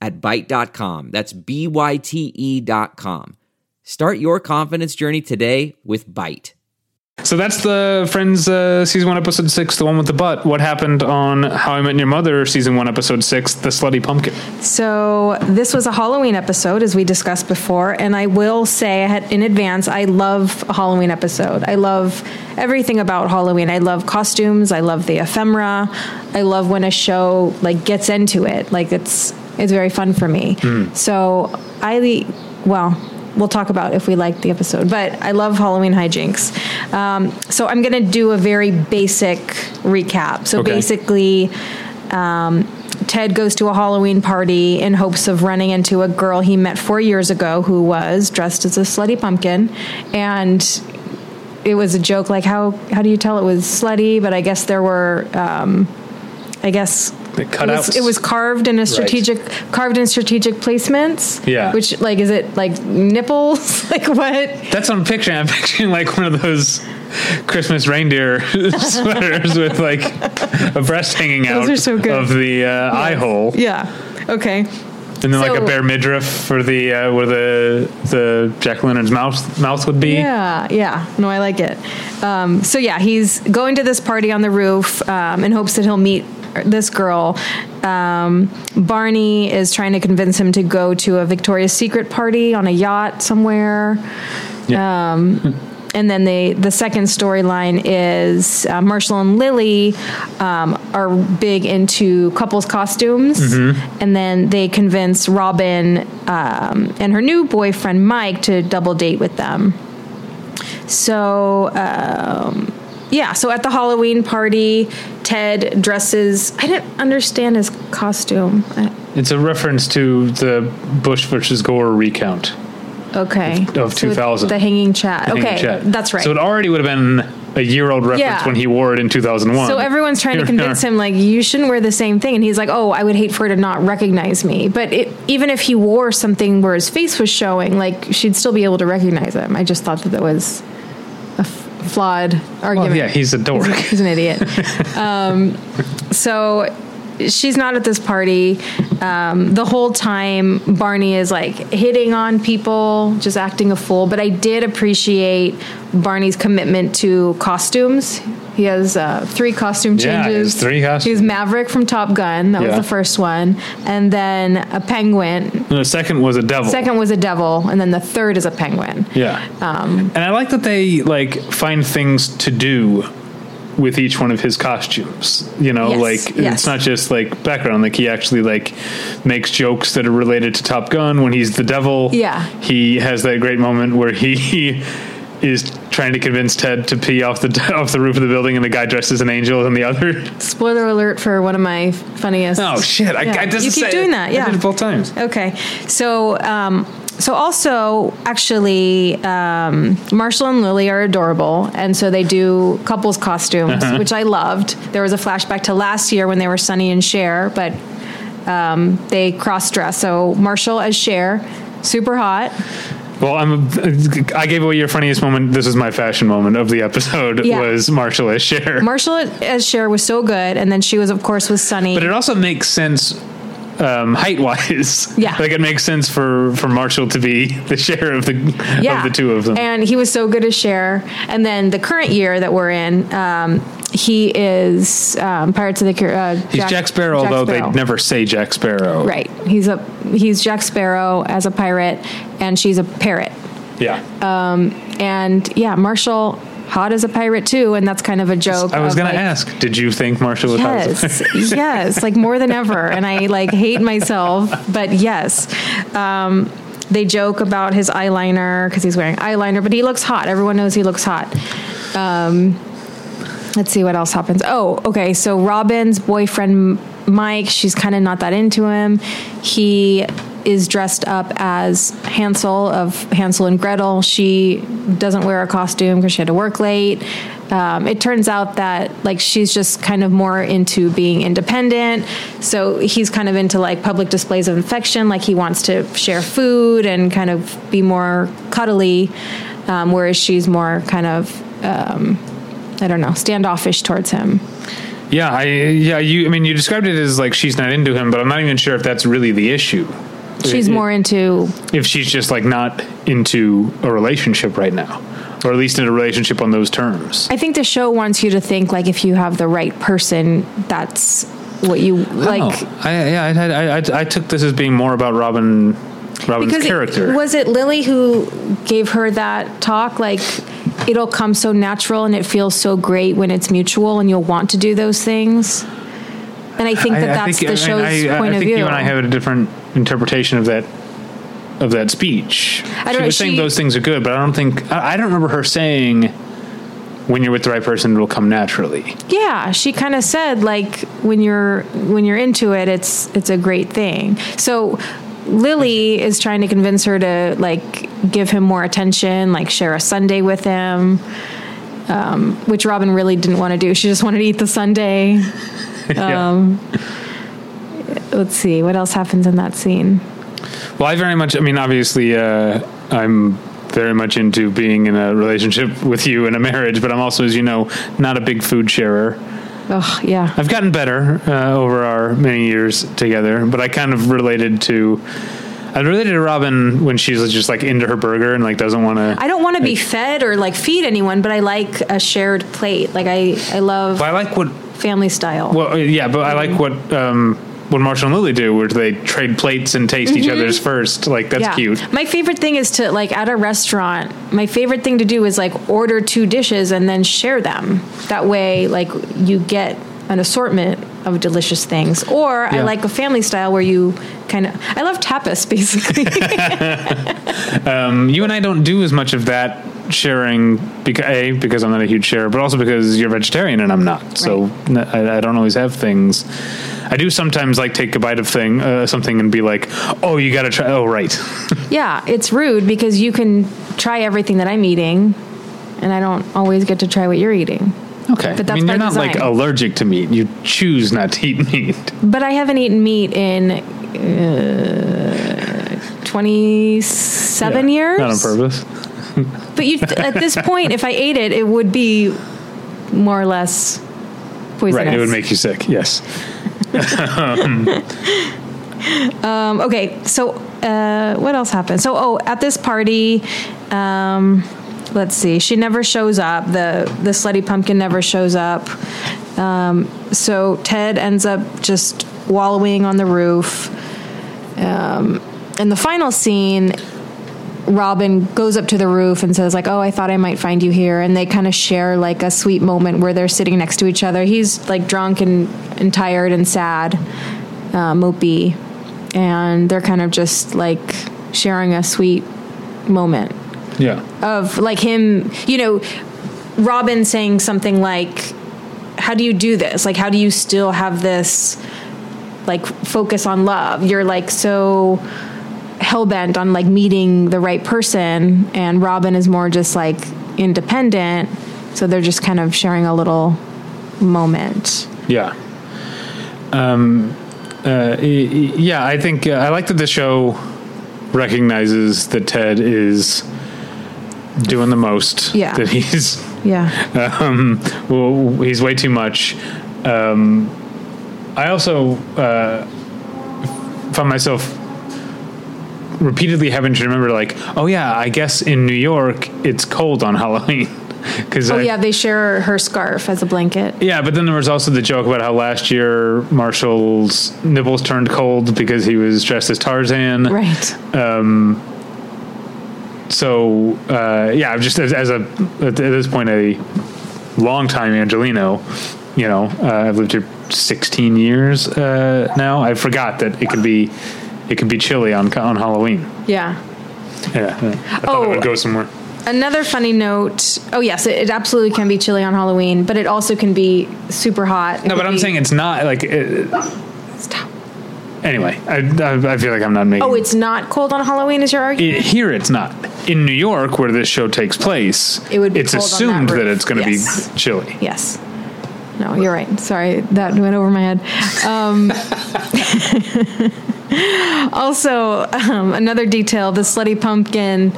C: at Byte.com. That's B-Y-T-E E dot com. Start your confidence journey today with Byte.
A: So that's the Friends uh, season one episode six, the one with the butt. What happened on How I Met Your Mother season one episode six, the slutty pumpkin?
B: So this was a Halloween episode, as we discussed before, and I will say ahead- in advance, I love a Halloween episode. I love everything about Halloween. I love costumes. I love the ephemera. I love when a show like gets into it. Like it's it's very fun for me. So I well. We'll talk about if we like the episode, but I love Halloween hijinks. Um, so I'm going to do a very basic recap. So
A: Okay.
B: basically, Ted goes to a Halloween party in hopes of running into a girl he met four years ago who was dressed as a slutty pumpkin. And it was a joke like, how, how do you tell it was slutty? But I guess there were, um, I guess.
A: The
B: It was,
A: cutouts.
B: it was carved in a strategic carved in strategic placements.
A: Yeah.
B: Which like is it like nipples? like what?
A: That's what I'm picturing. I'm picturing like one of those Christmas reindeer sweaters with like a breast hanging out
B: Those are so good.
A: of the uh, eye hole,
B: Yeah. Okay.
A: and then like a
B: So-
A: bare midriff for the uh, where the the Jack Lennon's mouth mouth would be.
B: Yeah, yeah. No, I like it. Um, so yeah, he's going to this party on the roof um, in hopes that he'll meet this girl. Um, Barney is trying to convince him to go to a Victoria's Secret party on a yacht somewhere.
A: Yeah.
B: Um, and then the the second storyline is uh, Marshall and Lily um, are big into couples costumes, and then they convince Robin um, and her new boyfriend Mike to double date with them. So. Um, yeah, so at the Halloween party, Ted dresses. I didn't understand his costume. I,
A: It's a reference to the Bush versus Gore recount.
B: okay.
A: Of
B: So it's
A: 2000.
B: The hanging chat.
A: Hang
B: okay,
A: and chat.
B: that's right.
A: So it already would have been a year old reference
B: Yeah.
A: when he wore it in 2001.
B: So everyone's trying to
A: Here we
B: convince
A: are.
B: him like you shouldn't wear the same thing, and he's like, "Oh, I would hate for her to not recognize me." But it, even if he wore something where his face was showing, like she'd still be able to recognize him. I just thought that that was a f- flawed argument.
A: Well, Oh, yeah, he's a dork.
B: He's an idiot. um, so she's not at this party. Um, the whole time, Barney is like hitting on people, just acting a fool. But I did appreciate Barney's commitment to costumes. He has uh, three costume
A: Yeah, he has
B: changes.
A: three costumes.
B: He's Maverick from Top Gun. That
A: Yeah.
B: was the first one, and then a penguin.
A: And the second was a devil.
B: Second was a devil, and then the third is a penguin.
A: Yeah.
B: Um,
A: and I like that they like find things to do with each one of his costumes. You know,
B: Yes,
A: like it's
B: yes.
A: not just like background. Like he actually like makes jokes that are related to Top Gun when he's the devil.
B: Yeah.
A: He has that great moment where he is trying to convince Ted to pee off the off the roof of the building, and the guy dresses an angel, and the other.
B: Spoiler alert for one of my funniest.
A: Oh shit! I,
B: Yeah.
A: I just
B: you keep
A: say-
B: doing that. Yeah,
A: I did it both times.
B: Okay. So, um, so also, actually, um, Marshall and Lily are adorable, and so they do couples costumes,
A: Uh-huh.
B: which I loved. There was a flashback to last year when they were Sunny and Cher, but um, they cross dress. So Marshall as Cher, super hot.
A: Well, I'm. A, I gave away your funniest moment. This is my fashion moment of the episode.
B: Yeah.
A: Was Marshall as Cher?
B: Marshall as Cher was so good, and then she was, of course, with Sunny.
A: But it also makes sense um, height wise.
B: Yeah.
A: Like it makes sense for, for Marshall to be the share of the of the two of them.
B: And he was so good as Cher. And then the current year that we're in, um, he is um, Pirates of the Caribbean. Uh,
A: He's Jack, Sparrow, although they never say Jack Sparrow.
B: Right. He's a he's Jack Sparrow as a pirate, and she's a parrot.
A: Yeah.
B: Uh, And yeah, Marshall hot as a pirate too, and that's kind of a joke.
A: I was
B: of,
A: gonna
B: like,
A: ask, did you think Marshall was hot as a-
B: Yes, yes, like more than ever, and I like hate myself, but yes. Um, they joke about his eyeliner because he's wearing eyeliner, but he looks hot. Everyone knows he looks hot. Um, let's see what else happens. Oh, okay. So Robin's boyfriend Mike, she's kind of not that into him. He is dressed up as Hansel of Hansel and Gretel. She doesn't wear a costume because she had to work late. Um, it turns out that like she's just kind of more into being independent. So he's kind of into like public displays of affection. Like he wants to share food and kind of be more cuddly, um, whereas she's more kind of um, I don't know, standoffish towards him.
A: Yeah, I yeah, you I mean you described it as like she's not into him, but I'm not even sure if that's really the issue.
B: She's
A: It-
B: more into
A: if she's just like not into a relationship right now. Or at least in a relationship on those terms.
B: I think the show wants you to think like if you have the right person, that's what you like
A: oh, I, yeah, I, I, I, I took this as being more about Robin, Robin's
B: because it-
A: character.
B: was it Lily who gave her that talk like it'll come so natural and it feels so great when it's mutual and you'll want to do those things. And I think that that's the
A: I mean,
B: show's
A: I- I
B: point of
A: think
B: view.
A: You and I have a different interpretation of that of that speech.
B: don't
A: she
B: know,
A: was saying
B: she-
A: those things are good, but I don't think I, I don't remember her saying when you're with the right person, it'll come naturally.
B: yeah she kind of said like when you're when you're into it it's it's a great thing so lily is trying to convince her to like give him more attention like share a sunday with him um, which robin really didn't want to do she just wanted to eat the sunday
A: Yeah.
B: Um, let's see what else happens in that scene
A: Well, I very much. I mean, obviously, uh, I'm very much into being in a relationship with you in a marriage, but I'm also, as you know, not a big food sharer.
B: oh yeah
A: I've gotten better uh, over our many years together, but I kind of related to. I related to Robin when she's just like into her burger and like doesn't want to.
B: i don't want to be fed or like feed anyone but i like a shared plate like i i love
A: I like what.
B: family style
A: Well, uh, yeah, but I like what um, what Marshall and Lily do, where they trade plates and taste each other's first. Like that's cute.
B: My favorite thing is to like at a restaurant. My favorite thing to do is like order two dishes and then share them. That way, like you get an assortment of delicious things. Or I
A: Yeah.
B: like a family style where you kind of. I love tapas basically.
A: Um, you and I don't do as much of that sharing because a because I'm not a huge sharer, but also because you're vegetarian and I'm not. So n- I, I don't always have things. I do sometimes like take a bite of thing uh, something and be like, oh, you got to try. Oh, right.
B: yeah, it's rude because you can try everything that I'm eating, and I don't always get to try what you're eating.
A: Okay.
B: But
A: I
B: that's
A: mean,
B: by
A: you're not like
B: design.
A: allergic to meat. You choose not to eat meat.
B: But I haven't eaten meat in. Uh, 27
A: Yeah.
B: years
A: Not on purpose.
B: But you, at this point, if I ate it, it would be more or less poisonous.
A: Right. It would make you sick. Yes.
B: um, okay, so uh, what else happened? So, oh, at this party, um, let's see. She never shows up. The the slutty pumpkin never shows up. Um, so Ted ends up just wallowing on the roof. Um, in the final scene, Robin goes up to the roof and says like, "Oh, I thought I might find you here." And they kind of share like a sweet moment where they're sitting next to each other. He's like drunk and, and tired and sad, uh, mopey, and they're kind of just like sharing a sweet moment
A: Yeah.
B: of like him, you know, Robin saying something like, "How do you do this? Like, how do you still have this like focus on love? You're like so hell bent on like meeting the right person, and Robin is more just like independent. So they're just kind of sharing a little moment.
A: Yeah. Um, uh, y- y- yeah, I think uh, I like that the show recognizes that Ted is doing the most.
B: Yeah.
A: That he's
B: Yeah,
A: um, well, he's way too much. Um, I also uh, found myself repeatedly having to remember, like, oh yeah, I guess in New York it's cold on Halloween. Because
B: oh yeah, they share her scarf as a blanket.
A: yeah, but then there was also the joke about how last year Marshall's nipples turned cold because he was dressed as Tarzan.
B: Right.
A: So uh, yeah, I'm just as, as a at this point a longtime Angelino. You know, uh, I've lived here 16 years uh, now. I forgot that it could be it could be chilly on on Halloween.
B: Yeah.
A: Yeah, I thought it
B: Oh.
A: would go somewhere.
B: Another funny note. Oh yes, it, it absolutely can be chilly on Halloween, but it also can be super hot. It
A: No,
B: could
A: but I'm
B: be-
A: saying it's not like. It,
B: Stop.
A: anyway, I, I I feel like I'm not making.
B: Oh, it's not cold on Halloween. Is your argument?
A: it, here it's not in New York where this show takes place.
B: It would be
A: it's
B: cold on
A: assumed
B: that
A: that,
B: roof.
A: it's going to
B: Yes.
A: be chilly.
B: yes. No, you're right. Sorry, that went over my head. Um, also, um, another detail: the slutty pumpkin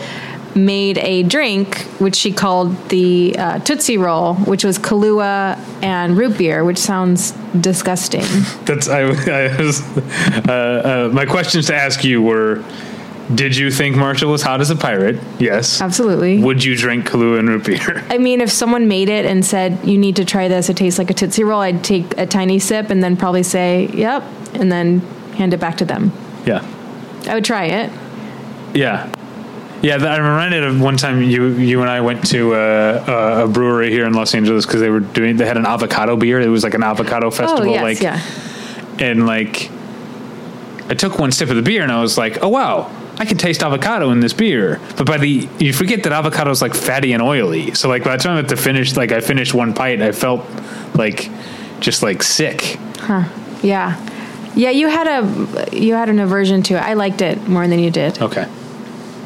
B: made a drink which she called the uh, Tootsie Roll, which was Kahlua and root beer, which sounds disgusting.
A: That's I, I was, uh, uh, my questions to ask you were: Did you think Marshall was hot as a pirate? Yes.
B: Absolutely.
A: Would you drink Kahlua and root beer?
B: I mean, if someone made it and said, you need to try this, it tastes like a Tootsie Roll, I'd take a tiny sip and then probably say, yep, and then hand it back to them.
A: yeah,
B: I would try it.
A: yeah, yeah. that- I'm reminded of one time you you and I went to uh, a, a brewery here in Los Angeles because they were doing they had an avocado beer. It was like an avocado festival,
B: oh, yes,
A: like
B: yeah.
A: and like I took one sip of the beer and I was like, oh wow, I can taste avocado in this beer. But by the you forget that avocado is like fatty and oily. So like by the time at the finish, like I finished one bite, I felt like just like sick.
B: Huh. Yeah. Yeah, you had a you had an aversion to it. I liked it more than you did.
A: Okay.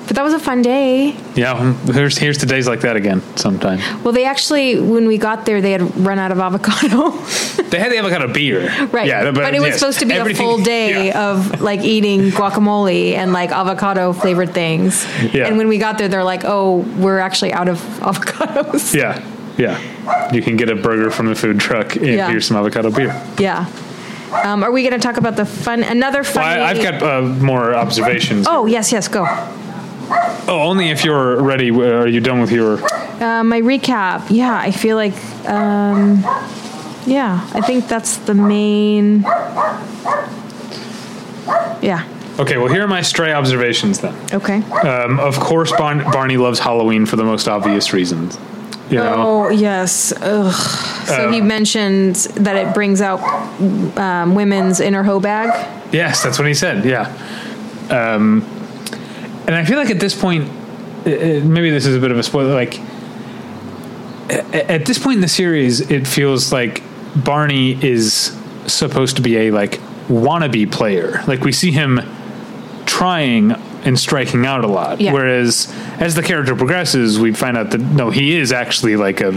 B: But that was a fun day.
A: Yeah, here's here's to days like that again sometime.
B: Well, they actually when we got there they had run out of avocado.
A: They had the avocado beer.
B: Right.
A: Yeah,
B: but, it was
A: yes,
B: supposed to be a
A: everything-
B: full day
A: yeah.
B: of like eating guacamole and like avocado flavored things.
A: Yeah.
B: And when we got there, they're like, oh, we're actually out of avocados.
A: yeah. Yeah. You can get a burger from the food truck and
B: Yeah.
A: here's some avocado beer.
B: Yeah. Um, are we going to talk about the fun? Another
A: Well,
B: funny.
A: I, I've got uh, more observations.
B: Oh, yes, yes, go.
A: Oh, only if you're ready. uh, Are you done with your?
B: Uh, my recap. Yeah, I feel like. Um, yeah, I think that's the main. Yeah.
A: Okay. Well, here are my stray observations then.
B: Okay.
A: Um, of course, Barn Barney loves Halloween for the most obvious reasons. You know.
B: Oh yes. Ugh. So
A: Um,
B: he mentions that it brings out um, women's inner hoe bag.
A: Yes, that's what he said. Yeah. Um, and I feel like at this point, uh, uh, maybe this is a bit of a spoiler. Like a- at this point in the series, it feels like Barney is supposed to be a like wannabe player. Like we see him trying and striking out a lot.
B: Yeah.
A: Whereas as the character progresses, we find out that no, he is actually like a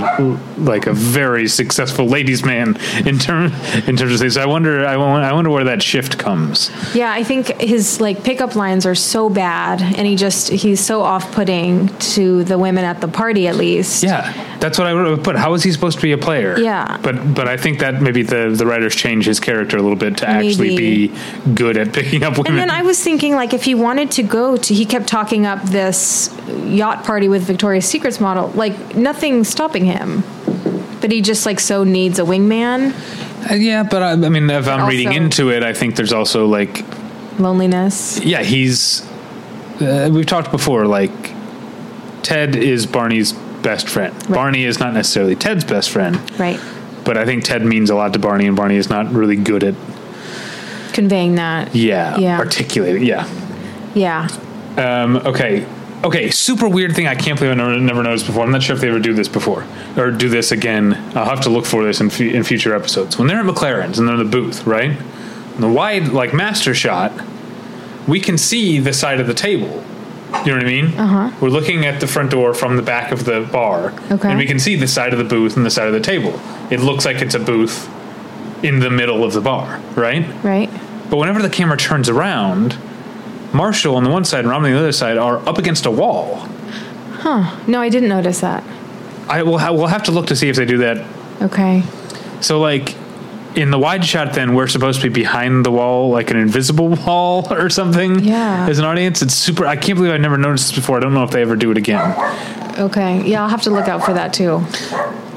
A: like a very successful ladies' man in term in terms of things. I wonder, I wonder, I wonder where that shift comes.
B: Yeah, I think his like pickup lines are so bad, and he just he's so off-putting to the women at the party, at least.
A: Yeah, that's what I would have put. How is he supposed to be a player?
B: Yeah.
A: but but I think that maybe the the writers change his character a little bit to actually
B: Maybe.
A: be good at picking up women.
B: And then I was thinking, like, if he wanted to go to. He kept talking up this yacht party with Victoria's Secrets model. Like nothing's stopping him, but he just like so needs a wingman.
A: Uh, yeah, but I, I mean, if I'm reading
B: also-
A: into it, I think there's also like,
B: Loneliness.
A: yeah, he's. Uh, we've talked before. Like, Ted is Barney's best friend. Barney is not necessarily Ted's best friend,
B: Right.
A: but I think Ted means a lot to Barney, and Barney is not really good at
B: Conveying that.
A: yeah,
B: Yeah.
A: articulating yeah.
B: Yeah.
A: Um, okay. Okay, super weird thing I can't believe I never, never noticed before. I'm not sure if they ever do this before or do this again. I'll have to look for this in, fu- in future episodes. When they're at McLaren's and they're in the booth, right? In the wide, like, master shot, we can see the side of the table. You know what I mean? Uh-huh. We're looking at the front door from the back of the bar.
B: Okay.
A: And we can see the side of the booth and the side of the table. It looks like it's a booth in the middle of the bar, right?
B: Right.
A: But whenever the camera turns around, Marshall on the one side and Robin on the other side are up against a wall.
B: No, I didn't notice that.
A: I will ha- we'll have to look to see if they do that.
B: Okay.
A: So like in the wide shot, then we're supposed to be behind the wall, like an invisible wall or something.
B: Yeah.
A: As an audience, it's super. I can't believe I never noticed this before. I don't know if they ever do it again.
B: Okay. Yeah, I'll have to look out for that too.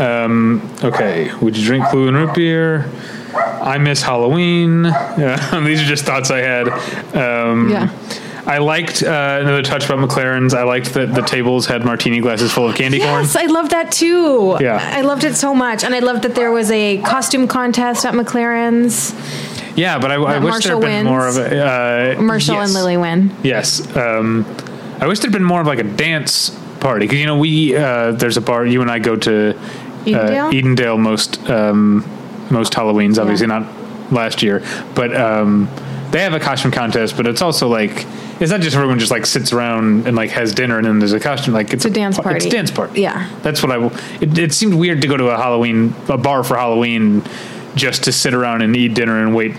A: Um, Okay. Would you drink blue and root beer? I miss Halloween. Yeah, these are just thoughts I had. Um,
B: Yeah.
A: I liked uh, another touch about McLaren's. I liked that the tables had martini glasses full of candy corn.
B: Yes, I loved that too.
A: Yeah.
B: I loved it so much. And I loved that there was a costume contest at McLaren's.
A: Yeah, but I, I
B: That
A: wish there had
B: Marshall
A: been
B: wins.
A: more of a. Uh,
B: Marshall
A: yes.
B: and Lily win.
A: Yes. Um, I wish there had been more of like a dance party. Because, you know, we, uh, there's a bar, you and I go to uh,
B: Edendale?
A: Edendale most, um, most Halloweens, obviously not last year. But um, they have a costume contest, but it's also like, it's not just everyone just like sits around and like has dinner and then there's a costume. Like it's,
B: a dance
A: par- It's a
B: party.
A: dance party.
B: Yeah.
A: That's what I will. It, it seemed weird to go to a Halloween a bar for Halloween just to sit around and eat dinner and wait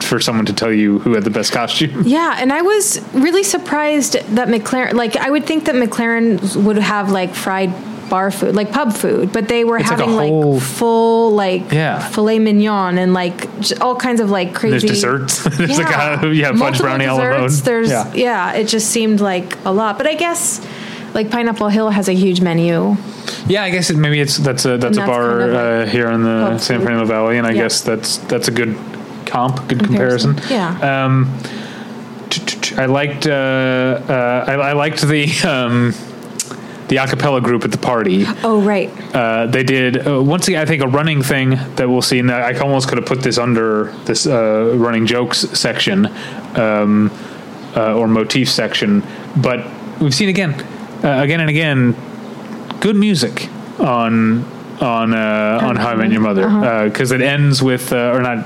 A: for someone to tell you who had the best costume.
B: Yeah, and I was really surprised that McLaren, like, I would think that McLaren would have like fried bar food, like pub food, but they were
A: It's like a
B: having like,
A: whole-
B: full like
A: Yeah.
B: filet mignon and like j- all kinds of like crazy
A: There's desserts. There's a guy who yeah, fudge
B: Multiple
A: brownie all alone.
B: desserts. There's
A: yeah.
B: yeah. it just seemed like a lot, but I guess like Pineapple Hill has a huge menu.
A: yeah, I guess it, maybe it's that's a that's a
B: that's
A: bar
B: kind of like
A: uh, here in the
B: pub
A: San
B: food.
A: Fernando Valley, and I
B: Yeah.
A: guess that's that's a good comp, good comparison.
B: Comparison. Yeah.
A: Um, t- t- t- I liked uh, uh, I, I liked the um, the acapella group at the party.
B: Oh right,
A: uh, they did uh, once again. I think a running thing that we'll see. And I almost could have put this under this uh, running jokes section um, uh, or motif section, but we've seen again, uh, again and again, good music on on uh, on How I Met Your Mother because it ends with uh, or not.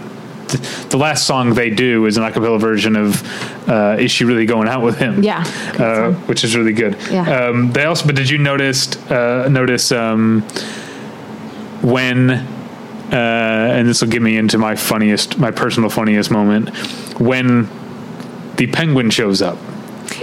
A: th- The last song they do is an acapella version of uh, "Is She Really Going Out with Him?"
B: Yeah, great
A: uh,
B: song.
A: which is really good.
B: Yeah.
A: Um, they also, but did you notice uh, notice um, when? Uh, and this will get me into my funniest, my personal funniest moment when the penguin shows up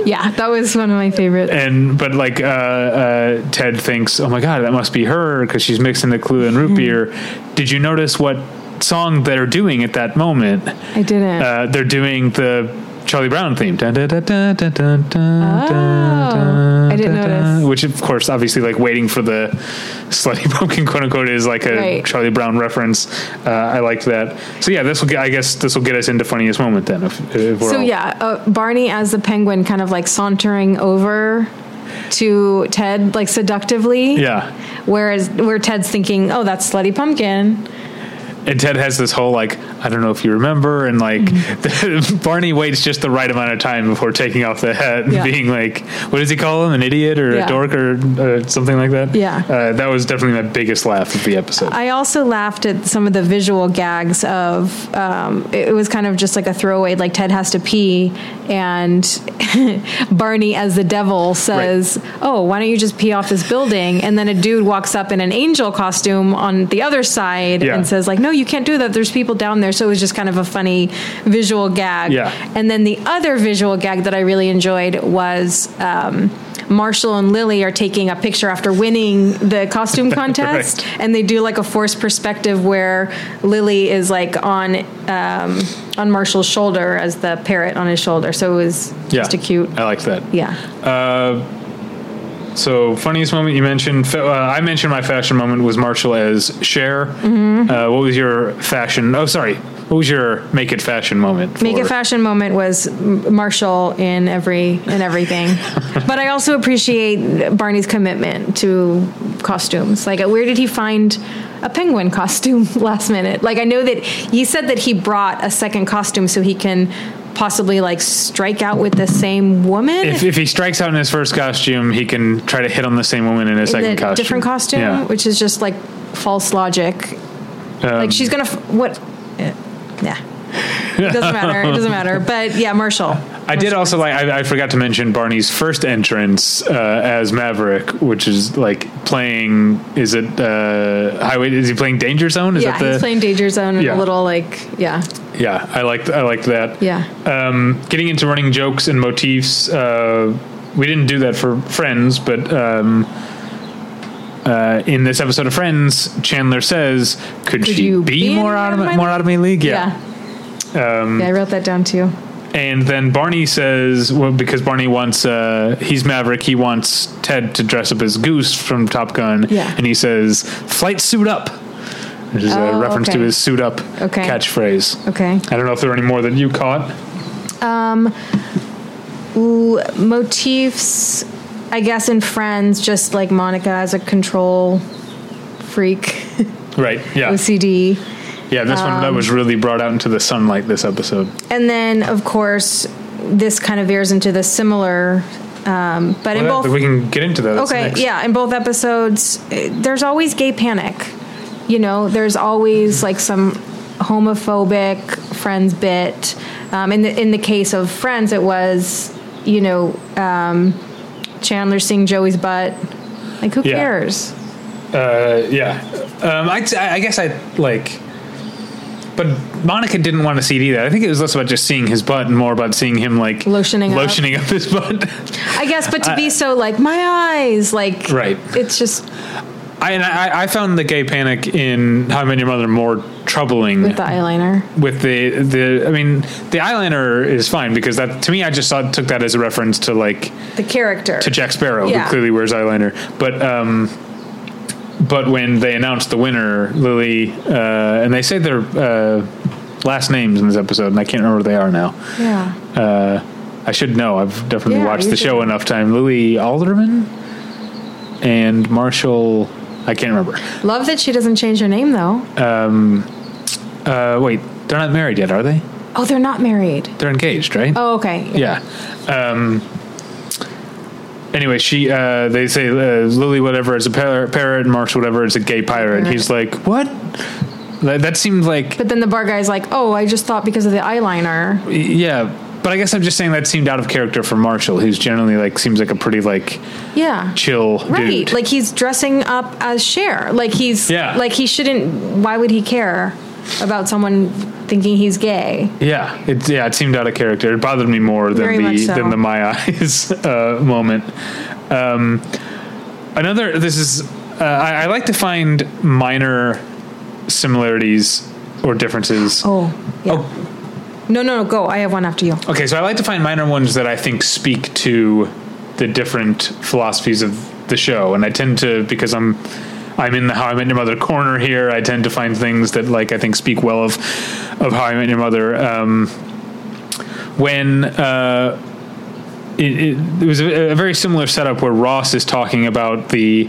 B: yeah, that was one of my favorites.
A: and but like uh, uh, Ted thinks, oh my god, that must be her because she's mixing the clue and root beer. Did you notice what song they're doing at that moment?
B: I didn't.
A: Uh, they're doing the Charlie Brown theme. Dun, dun, dun, dun, dun, dun, dun,
B: Oh, I didn't notice.
A: Which, of course, obviously, like waiting for the slutty pumpkin, quote unquote, is like a
B: Right.
A: Charlie Brown reference. Uh, I liked that. So yeah, this will. Get, I guess this will get us into funniest moment then. If, if we're
B: So
A: all-
B: yeah, uh, Barney as the penguin, kind of like sauntering over to Ted, like seductively.
A: yeah.
B: Whereas where Ted's thinking, oh, that's slutty pumpkin.
A: And Ted has this whole like, I don't know if you remember, and like
B: Mm-hmm.
A: Barney waits just the right amount of time before taking off the hat and
B: Yeah.
A: being like, what does he call him, an idiot or
B: Yeah.
A: a dork or uh, something like that.
B: Yeah.
A: uh, that was definitely my biggest laugh of the episode.
B: I also laughed at some of the visual gags of um, it it was kind of just like a throwaway, like Ted has to pee, and Barney as the devil says, "Oh, why don't you just pee off this building?" And then a dude walks up in an angel costume on the other side
A: Yeah.
B: and says, "Like, no, you can't do that. There's people down there." So it was just kind of a funny visual gag.
A: Yeah.
B: And then the other visual gag that I really enjoyed was. Um, Marshall and Lily are taking a picture after winning the costume contest, and they do like a forced perspective where Lily is like on um, on Marshall's shoulder as the parrot on his shoulder. So it was
A: Yeah.
B: just a cute,
A: I liked that.
B: yeah,
A: So funniest moment you mentioned. fa- Uh, I mentioned my fashion moment was Marshall as Cher.
B: Mm-hmm.
A: Uh, what was your fashion? Oh, sorry. What was your make it fashion moment?
B: make it
A: for-
B: fashion moment was M- Marshall in every in everything. but I also appreciate Barney's commitment to costumes. Like, where did he find a penguin costume last minute? Like, I know that he said that he brought a second costume so he can possibly like strike out with the same woman.
A: If, if he strikes out in his first costume, he can try to hit on the same woman in his
B: in
A: second
B: a
A: costume.
B: different costume,
A: Yeah.
B: which is just like false logic. like she's gonna f- what? eh, Yeah, it doesn't matter. It doesn't matter. But yeah, Marshall.
A: I did also like. I, I forgot to mention Barney's first entrance uh, as Maverick, which is like playing. Is it uh, Highway? Is he playing Danger Zone? Is
B: yeah,
A: that the?
B: he's playing Danger Zone and
A: Yeah.
B: a little like yeah,
A: yeah, I liked. I liked that.
B: yeah.
A: Um, getting into running jokes and motifs. Uh, we didn't do that for Friends, but um, uh, in this episode of Friends, Chandler says, "Could, she
B: you
A: be,
B: be
A: more
B: anywhere
A: out of
B: in
A: my,
B: my
A: more out of my league?"
B: yeah.
A: Um,
B: yeah, I wrote that down too.
A: And then Barney says, well, because Barney wants, uh, he's Maverick, he wants Ted to dress up as Goose from Top Gun.
B: Yeah.
A: And he says, flight suit up, which is a
B: Oh,
A: reference to
B: okay.
A: his suit up
B: Okay.
A: catchphrase.
B: Okay.
A: I don't know if there are any more that you caught.
B: Ooh, motifs, I guess, in Friends, just like Monica as a control freak,
A: Right. Yeah.
B: OCD.
A: yeah. This one
B: Um,
A: that was really brought out into the sunlight this episode.
B: And then, of course, this kind of veers into the similar, um, but in
A: Well,
B: both.
A: that- we can get into that. That's
B: okay,
A: next.
B: yeah, in both episodes, eh, there's always gay panic. You know, there's always like some homophobic friends bit. Um, in the in the case of Friends, it was you know um, Chandler seeing Joey's butt. Like, who
A: Yeah.
B: cares?
A: Uh, yeah. Um, I, I guess I like. But Monica didn't want to see it either. I think it was less about just seeing his butt and more about seeing him like
B: Lotioning up.
A: lotioning up, his butt.
B: I guess, but to
A: I-
B: be so like my eyes, like
A: Right.
B: It's just
A: I, and I, I found the gay panic in How I Met Your Mother more troubling
B: with the eyeliner.
A: with the the. I mean, the eyeliner is fine because that to me, I just saw, took that as a reference to like
B: the character.
A: to Jack Sparrow,
B: Yeah.
A: who clearly wears eyeliner. But um, but when they announced the winner, Lily, uh, and they say their uh, last names in this episode, and I can't remember what they are now.
B: yeah.
A: I should know. I've definitely
B: Yeah,
A: watched
B: you
A: the
B: should
A: show
B: know.
A: enough time. Lily Alderman and Marshall. I can't remember.
B: Love that she doesn't change her name though.
A: Uh, wait, they're not married yet, are they?
B: Oh, they're not married.
A: They're engaged, right?
B: Oh, okay.
A: yeah. Um, anyway, she uh, they say uh, Lily whatever is a par- parrot, Marsh whatever is a gay pirate. And He's like, what? That, that seemed like
B: But then the bar guy's like, "Oh, I just thought because of the eyeliner."
A: yeah. But I guess I'm just saying that seemed out of character for Marshall, who's generally like seems like a pretty like
B: Yeah.
A: chill
B: Right.
A: dude.
B: Like he's dressing up as Cher. Like he's
A: Yeah.
B: like he shouldn't why would he care about someone thinking he's gay?
A: yeah, it yeah it seemed out of character. It bothered me more
B: Very
A: than the
B: much so.
A: than the my eyes uh, moment. Um, another this is uh, I, I like to find minor similarities or differences.
B: Oh. Yeah.
A: Oh,
B: No, no, no, go. I have one after you.
A: Okay, so I like to find minor ones that I think speak to the different philosophies of the show, and I tend to because I'm I'm in the How I Met Your Mother corner here. I tend to find things that like I think speak well of of How I Met Your Mother. Um, when uh, it, it, it was a, a very similar setup where Ross is talking about the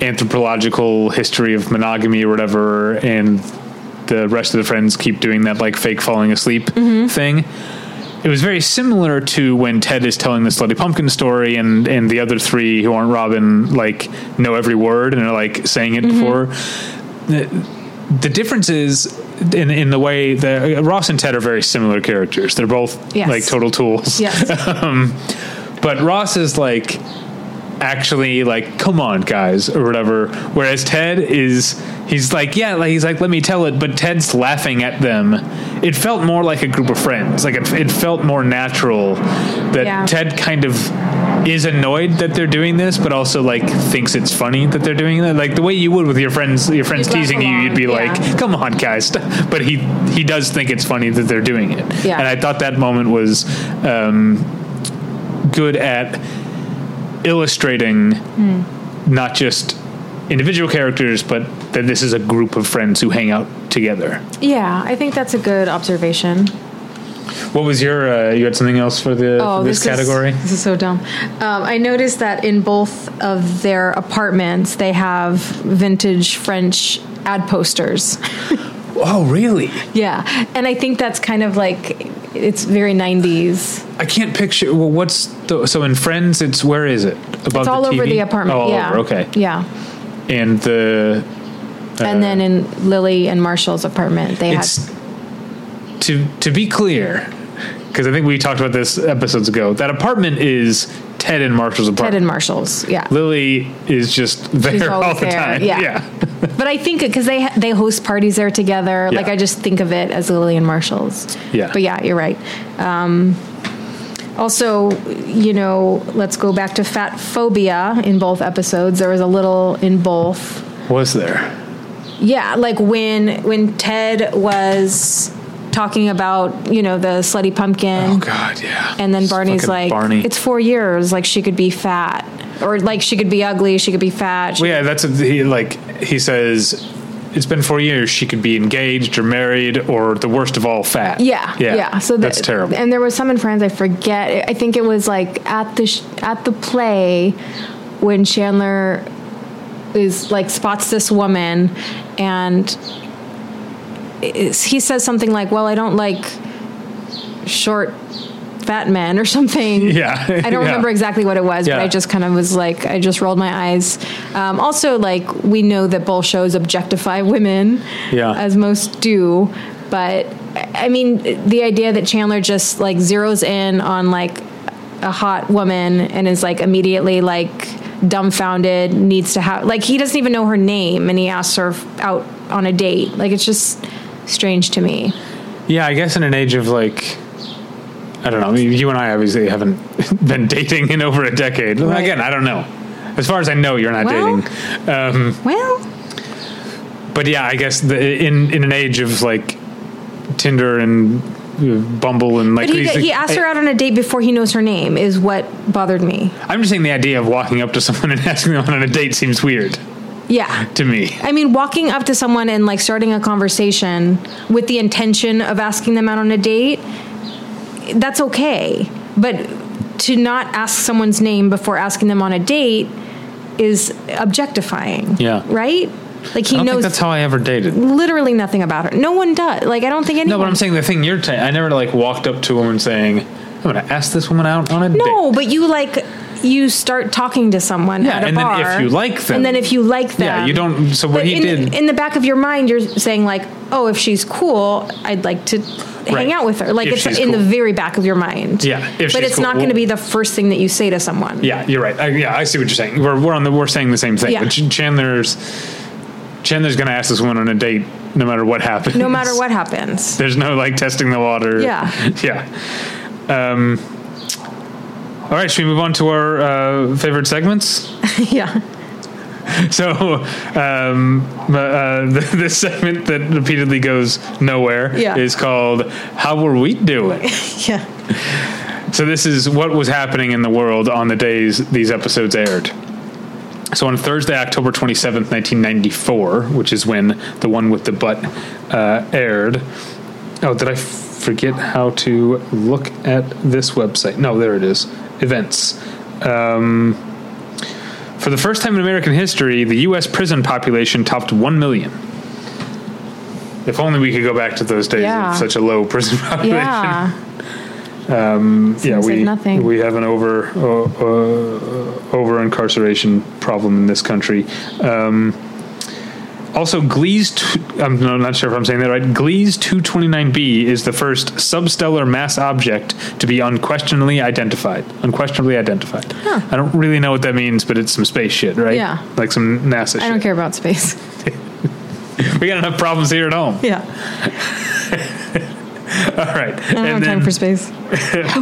A: anthropological history of monogamy or whatever, and the rest of the friends keep doing that like fake falling asleep thing. It was very similar to when Ted is telling the Slutty Pumpkin story, and and the other three who aren't Robin like know every word and are like saying it before. The, the difference is in in the way that Ross and Ted are very similar characters. They're both
B: Yes.
A: like total tools
B: Yes.
A: but Ross is like actually like, come on, guys, or whatever. Whereas Ted is, he's like, yeah, like, he's like, let me tell it, but Ted's laughing at them. It felt more like a group of friends. Like, it, it felt more natural that
B: Yeah.
A: Ted kind of is annoyed that they're doing this, but also like thinks it's funny that they're doing that. Like the way you would with your friends, your friends
B: You'd laugh
A: teasing you, you'd be
B: along,
A: like,
B: yeah.
A: come on guys st- but he he does think it's funny that they're doing it
B: Yeah.
A: and i thought that moment was um, good at illustrating
B: Hmm.
A: not just individual characters but that this is a group of friends who hang out together
B: Yeah, I think that's a good observation.
A: what was your uh, you had something else for the for this,
B: is-
A: category
B: Oh, this is so dumb. Um, I noticed that in both of their apartments, they have vintage French ad posters.
A: oh really
B: Yeah, and I think that's kind of like it's very '90s.
A: i can't picture well what's the so in friends it's where is it above
B: It's all over
A: TV?
B: the apartment.
A: oh, all
B: yeah.
A: over, okay
B: Yeah,
A: and the
B: and then in Lily and Marshall's apartment, they had
A: it's to to be clear because I think we talked about this episodes ago. That apartment is Ted and Marshall's
B: Ted
A: apartment.
B: and Marshall's. Yeah,
A: Lily is just there
B: always
A: all the
B: there,
A: time.
B: yeah. but I think because they they host parties there together, like
A: Yeah.
B: I just think of it as Lily and Marshall's.
A: Yeah.
B: But yeah, you're right. Um, also, you know, let's go back to fat phobia in both episodes. There was a little in both.
A: Was there?
B: Yeah, like when when Ted was talking about you know the slutty pumpkin.
A: Oh God, yeah.
B: And then
A: It's
B: Barney's
A: fucking
B: like,
A: Barney.
B: it's four years. Like she could be fat, or like she could be ugly. She could be fat. She
A: Well, yeah, that's a, he, like he says. It's been four years. She could be engaged or married or the worst of all, fat.
B: Yeah, yeah. So
A: that's
B: the-
A: terrible.
B: And there was some in France. I forget. I think it was like at the sh- at the play when Chandler is like spots this woman, and is, he says something like, "Well, I don't like short." Fat men or something.
A: Yeah.
B: I
A: Yeah.
B: don't remember exactly what it was, but
A: Yeah.
B: I just kind of was like, I just rolled my eyes. Um, also, like we know that both shows objectify women,
A: Yeah.
B: as most do. But I I mean, the idea that Chandler just like zeroes in on like a hot woman and is like immediately like dumbfounded, needs to have like he doesn't even know her name and he asks her out on a date. Like it's just strange to me.
A: Yeah, I guess in an age of like, I don't know. I mean, you and I obviously haven't been dating in over a decade. Well,
B: Right.
A: Again, I don't know. As far as I know, you're not
B: Well-
A: dating. Um,
B: Well,
A: but yeah, I guess the, in in an age of like Tinder and uh, Bumble and like
B: but he,
A: these-
B: he asked her out on a date before he knows her name is what bothered me.
A: I'm just saying the idea of walking up to someone and asking them on a date seems weird
B: Yeah.
A: to me.
B: I mean, walking up to someone and like starting a conversation with the intention of asking them out on a date, that's okay. But to not ask someone's name before asking them on a date is objectifying.
A: Yeah.
B: Right?
A: I
B: Like he
A: don't think
B: knows
A: that's how I ever dated.
B: literally nothing about her. No one does. Like I don't think
A: No,
B: anyone
A: but I'm saying the thing you're. ta- I never like walked up to a woman saying, "I'm going to ask this woman out on a date."
B: No, but you like you start talking to someone
A: Yeah,
B: at a
A: and then
B: bar.
A: if you like them-
B: and then if you like them,
A: Yeah, you don't- so what
B: But
A: he
B: in,
A: did-
B: in the back of your mind, you're saying like, oh, if she's cool, I'd like to
A: Right.
B: hang out with her. Like
A: If she's
B: it's in
A: cool.
B: the very back of your mind.
A: Yeah, if
B: but
A: she's
B: it's not
A: cool.
B: going to be the first thing that you say to someone.
A: Yeah, you're right. I, yeah, I see what you're saying. We're we're on the we're saying the same thing.
B: Yeah.
A: But Ch- Chandler's Chandler's going to ask this woman on a date no matter what happens.
B: No matter what happens.
A: There's no like testing the water.
B: Yeah.
A: yeah. Um, all right, should we move on to our uh, favorite segments?
B: yeah.
A: So, um, uh, uh, this segment that repeatedly goes nowhere
B: Yeah.
A: is called "How Were We Doing."
B: Yeah.
A: So this is what was happening in the world on the days these episodes aired. So on Thursday, October 27th, 1994, which is when the one with the butt uh, aired. Oh, did I forget how to look at this website? No, there it is. Events. Um, for the first time in American history, the U.S. prison population topped 1 million. If only we could go back to those days
B: Yeah.
A: of such a low prison population
B: Yeah.
A: yeah,
B: Seems like
A: we
B: nothing.
A: we have an over uh, uh, over incarceration problem in this country. Um, Also, Glee's, t- I'm no- not sure if I'm saying that right, Glee's 229b is the first substellar mass object to be unquestionably identified. Unquestionably identified. I don't really know what that means, but it's some space shit, right?
B: Yeah.
A: Like some NASA shit.
B: I don't care about space.
A: We got enough problems here at home.
B: Yeah.
A: All right.
B: I don't have time for space.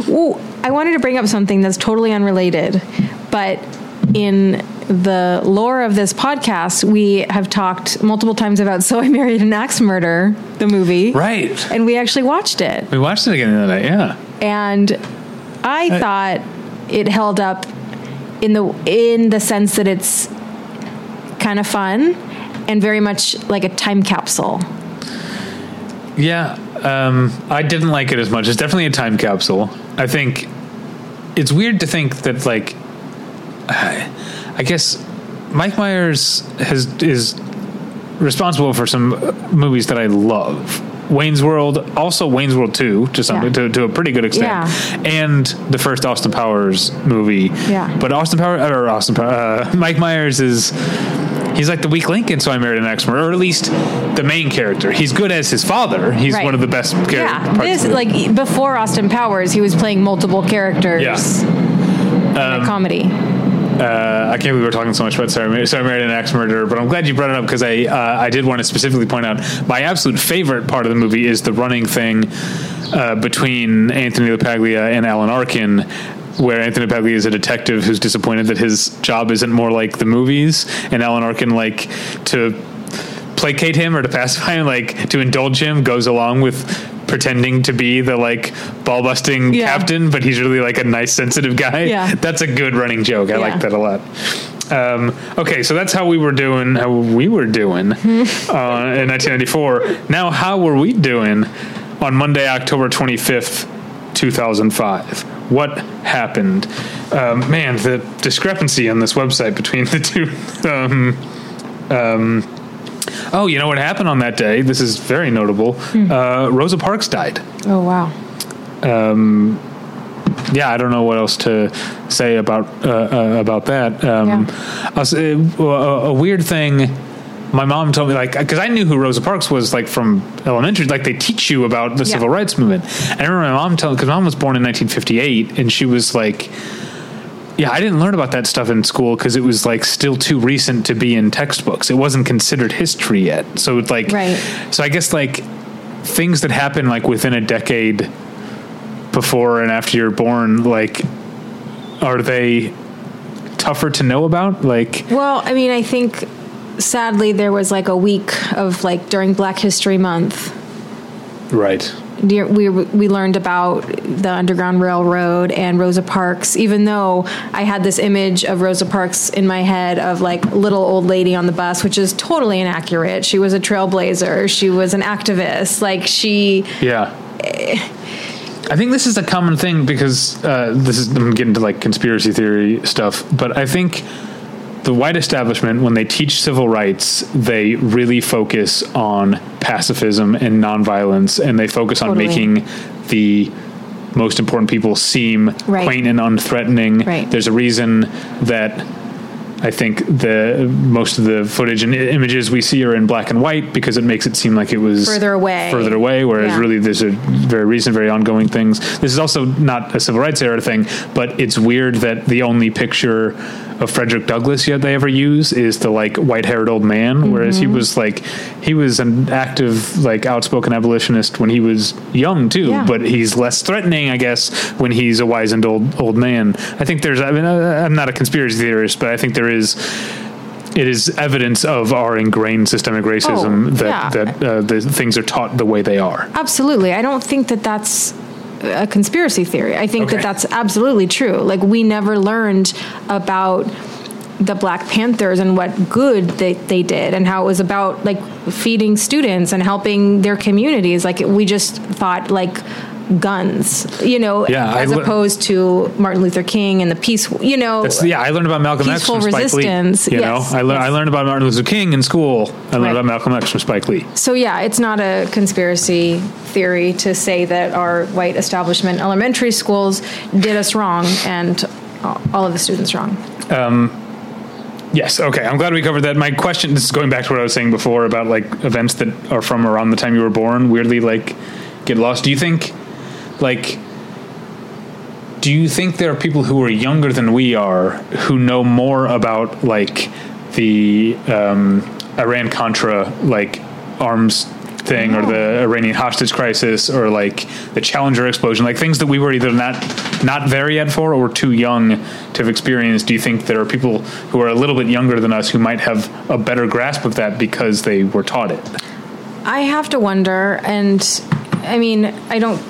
B: Ooh, I wanted to bring up something that's totally unrelated, but in the lore of this podcast, we have talked multiple times about "So I Married an Axe Murder," the movie,
A: right.
B: And we actually watched it,
A: We watched it again the other night. Yeah.
B: and I thought it held up in the in the sense that it's kind of fun and very much like a time capsule.
A: Yeah, um, I didn't like it as much. It's definitely a time capsule. I think it's weird to think that like, I I guess Mike Myers has is responsible for some uh, movies that I love. Wayne's World, also Wayne's World Two, to some
B: Yeah.
A: to, to a pretty good extent,
B: Yeah.
A: and the first Austin Powers movie.
B: Yeah.
A: but Austin Powers or Austin Pow- uh, Mike Myers is he's like the weak link in So I Married an Axe Murderer, or at least the main character. He's good as his father. He's
B: Right.
A: one of the best characters.
B: Yeah, this like before Austin Powers, he was playing multiple characters.
A: Yeah. Um,
B: in a comedy.
A: Uh, I can't believe we're talking so much about Sarah, Mar- Sarah Married an Axe Murderer, but I'm glad you brought it up because I uh, I did want to specifically point out my absolute favorite part of the movie is the running thing uh, between Anthony LaPaglia and Alan Arkin. Where Anthony LaPaglia is a detective who's disappointed that his job isn't more like the movies, and Alan Arkin like to placate him or to pacify him, like to indulge him, goes along with pretending to be the like ball busting
B: Yeah.
A: captain, but he's really like a nice, sensitive guy.
B: Yeah.
A: That's a good running joke. I like
B: Yeah.
A: that a lot. Um, okay, so that's how we were doing. How we were doing uh, in 1994. Now, how were we doing on Monday, October 25th, 2005? What happened? Um, man, the discrepancy on this website between the two. Um, Oh, you know what happened on that day? This is very notable. Uh, Rosa Parks died.
B: Oh wow.
A: Yeah, I don't know what else to say about uh, uh, about that. Um, I was- uh, a, a weird thing. My mom told me, like, because I knew who Rosa Parks was, like from elementary. Like they teach you about the
B: Yeah.
A: civil rights movement. And I remember my mom telling, because mom was born in 1958, and she was like. Yeah, I didn't learn about that stuff in school because it was like still too recent to be in textbooks. It wasn't considered history yet. So it's like
B: Right.
A: so I guess like things that happen like within a decade before and after you're born like are they tougher to know about? Like
B: Well, I mean, I think sadly there was like a week of like during Black History Month,
A: right.
B: dear- we we learned about the Underground Railroad and Rosa Parks. Even though I had this image of Rosa Parks in my head of like little old lady on the bus, which is totally inaccurate. She was a trailblazer. She was an activist. Like she,
A: Yeah. I think this is a common thing because uh, this is I'm getting to like conspiracy theory stuff, but I think the white establishment when they teach civil rights, they really focus on pacifism and nonviolence, and they focus on
B: Totally.
A: making the most important people seem
B: Right.
A: quaint and unthreatening.
B: Right.
A: There's a reason that I think the most of the footage and i- images we see are in black and white because it makes it seem like it was
B: Further away.
A: further away. Whereas
B: Yeah.
A: really, there's a very recent, very ongoing things. This is also not a civil rights era thing, but it's weird that the only picture of Frederick Douglass yet they ever use is the like white-haired old man, whereas
B: Mm-hmm.
A: he was like he was an active, like outspoken abolitionist when he was young too.
B: Yeah.
A: But he's less threatening, I guess, when he's a wizened old old man. I think there's. I mean, I, I'm not a conspiracy theorist, but I think there is. It is evidence of our ingrained systemic racism
B: Oh,
A: that
B: yeah.
A: that uh, the things are taught the way they are.
B: absolutely. I don't think that that's a conspiracy theory. I think
A: Okay.
B: that that's absolutely true. Like we never learned about the Black Panthers and what good they, they did and how it was about like feeding students and helping their communities. Like we just thought like guns, you know,
A: Yeah, I
B: as
A: le-
B: opposed to Martin Luther King and the peace, you know,
A: That's, yeah, I learned about Malcolm X
B: Peaceful
A: from Spike Lee.
B: resistance,
A: You
B: yes,
A: know, I, lear- I
B: yes.
A: learned about Martin Luther King in school. I learned
B: Right.
A: about Malcolm X from Spike Lee.
B: So yeah, it's not a conspiracy theory to say that our white establishment elementary schools did us wrong and all of the students wrong.
A: Yes. Okay. I'm glad we covered that. My question this is going back to what I was saying before about like events that are from around the time you were born weirdly like get lost. Do you think like do you think there are people who are younger than we are who know more about like the um, Iran Contra like arms thing or the Iranian hostage crisis or like the Challenger explosion, like things that we were either not not there yet for or were too young to have experienced? Do you think there are people who are a little bit younger than us who might have a better grasp of that because they were taught it?
B: I have to wonder, and I mean, I don't.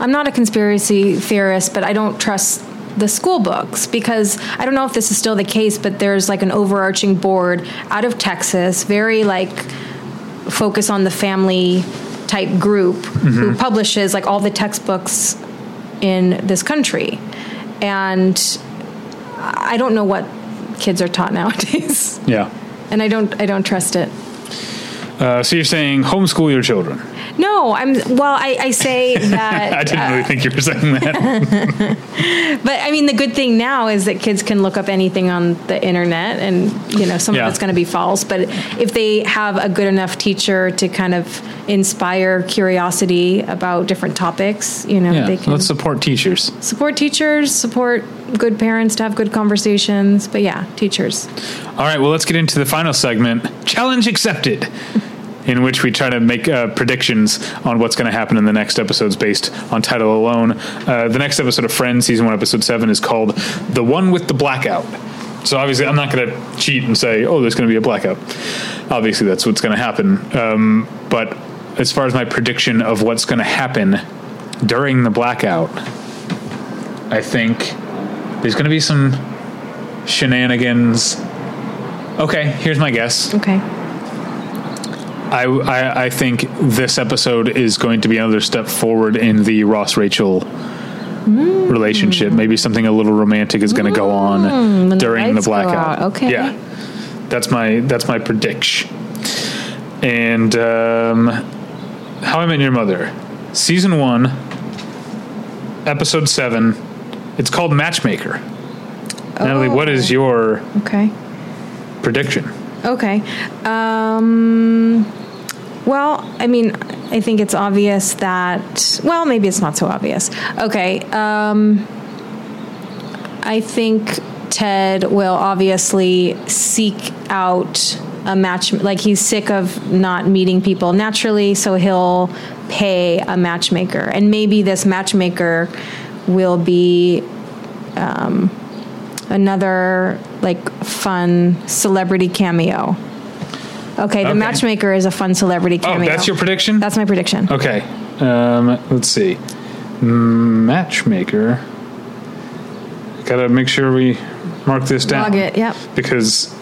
B: I'm not a conspiracy theorist, but I don't trust the school books because I don't know if this is still the case, but there's like an overarching board out of Texas, very like focus on the family type group who publishes like all the textbooks in this country. And I don't know what kids are taught nowadays.
A: Yeah.
B: And I don't I don't trust it.
A: Uh, so you're saying homeschool your children?
B: No, I'm well. I, I say that,
A: I didn't really think you were saying that.
B: but I mean, the good thing now is that kids can look up anything on the internet, and you know, some
A: Yeah.
B: of it's going to be false. But if they have a good enough teacher to kind of inspire curiosity about different topics, you know, they can
A: Let's support teachers.
B: support teachers, support good parents to have good conversations. But yeah, teachers.
A: All right, well, let's get into the final segment Challenge Accepted, in which we try to make uh, predictions on what's going to happen in the next episodes based on title alone. Uh, the next episode of Friends, Season 1, Episode 7, is called The One with the Blackout. So obviously, I'm not going to cheat and say, oh, there's going to be a blackout. Obviously, that's what's going to happen. Um, but as far as my prediction of what's going to happen during the blackout, I think there's going to be some shenanigans. Okay, here's my guess.
B: Okay.
A: I, I, I think this episode is going to be another step forward in the Ross Rachel
B: Mm.
A: relationship. Maybe something a little romantic is going to go on
B: when the
A: during the,
B: lights go
A: blackout.
B: out. Okay.
A: Yeah, that's my that's my prediction. And um, How I Met Your Mother, season one, episode seven. It's called Matchmaker. Natalie, what is
B: Oh.
A: your
B: Okay.
A: prediction?
B: Okay. Um, well, I mean, I think it's obvious that. Well, maybe it's not so obvious. Okay. Um, I think Ted will obviously seek out a match. Like he's sick of not meeting people naturally, so he'll pay a matchmaker, and maybe this matchmaker will be um, another like fun celebrity cameo. Okay, the
A: Okay.
B: matchmaker is a fun celebrity
A: Oh,
B: cameo.
A: that's your prediction.
B: That's my prediction.
A: Okay. Um, let's see. Matchmaker. Gotta make sure we mark this down.
B: Log it. Yep.
A: Because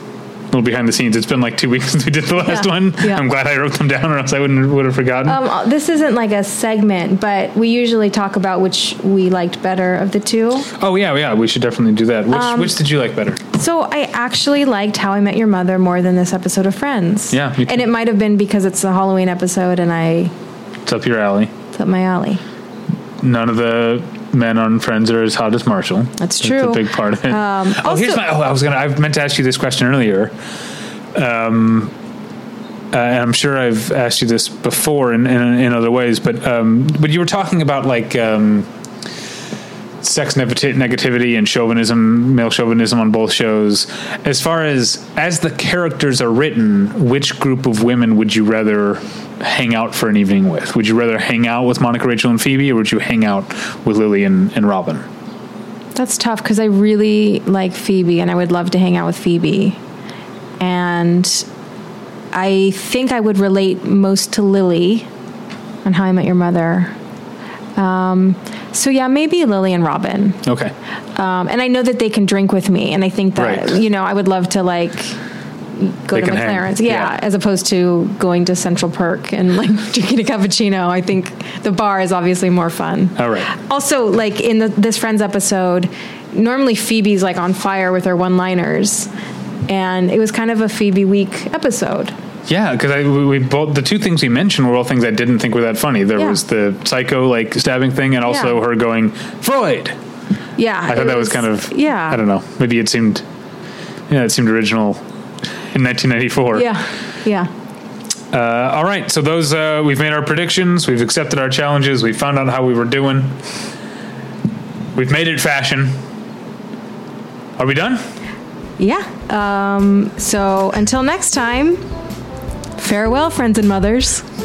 A: a little behind the scenes, it's been like two weeks since we did the last
B: Yeah,
A: one.
B: yeah.
A: I'm glad I wrote them down, or else I wouldn't would have forgotten.
B: Um, uh, this isn't like a segment, but we usually talk about which we liked better of the two.
A: oh yeah, yeah. We should definitely do that. Which
B: um,
A: which did you like better?
B: So I actually liked How I Met Your Mother more than this episode of Friends.
A: Yeah, me too.
B: and it might have been because it's the Halloween episode, and I
A: It's up your alley.
B: it's up my alley.
A: None of the men on Friends are as hot as Marshall.
B: That's
A: a
B: true.
A: big part of it.
B: Um,
A: oh, here's
B: also-
A: my. Oh, I was gonna. I meant to ask you this question earlier. Um, uh, and I'm sure I've asked you this before in in, in other ways, but um, but you were talking about like. Um, sex negati- negativity and chauvinism male chauvinism on both shows as far as as the characters are written which group of women would you rather hang out for an evening with would you rather hang out with monica rachel and phoebe or would you hang out with lily and, and robin
B: That's tough because I really like Phoebe and I would love to hang out with Phoebe. And I think I would relate most to Lily on How I Met Your Mother. Um, so, yeah, maybe Lily and Robin.
A: okay
B: Um, and I know that they can drink with me. And I think that,
A: Right.
B: you know, I would love to like go
A: They
B: to
A: can hang.
B: McLaren's. Yeah,
A: Yeah.
B: As opposed to going to Central Perk and like drinking a cappuccino. I think the bar is obviously more fun.
A: all right
B: Also, like in the, this Friends episode, normally Phoebe's like on fire with her one liners. And it was kind of a Phoebe week episode.
A: yeah because i we, we both the two things we mentioned were all things i didn't think were that funny there
B: Yeah.
A: was the psycho like stabbing thing and also
B: Yeah.
A: her going freud
B: Yeah.
A: i thought that was kind of
B: Yeah.
A: i don't know maybe it seemed Yeah, it seemed original in 1994.
B: Yeah. Yeah.
A: Uh, all right, so those uh, we've made our predictions, we've accepted our challenges, we found out how we were doing. We've made it fashion. Are we done?
B: Yeah. Um, so until next time, farewell, friends and mothers.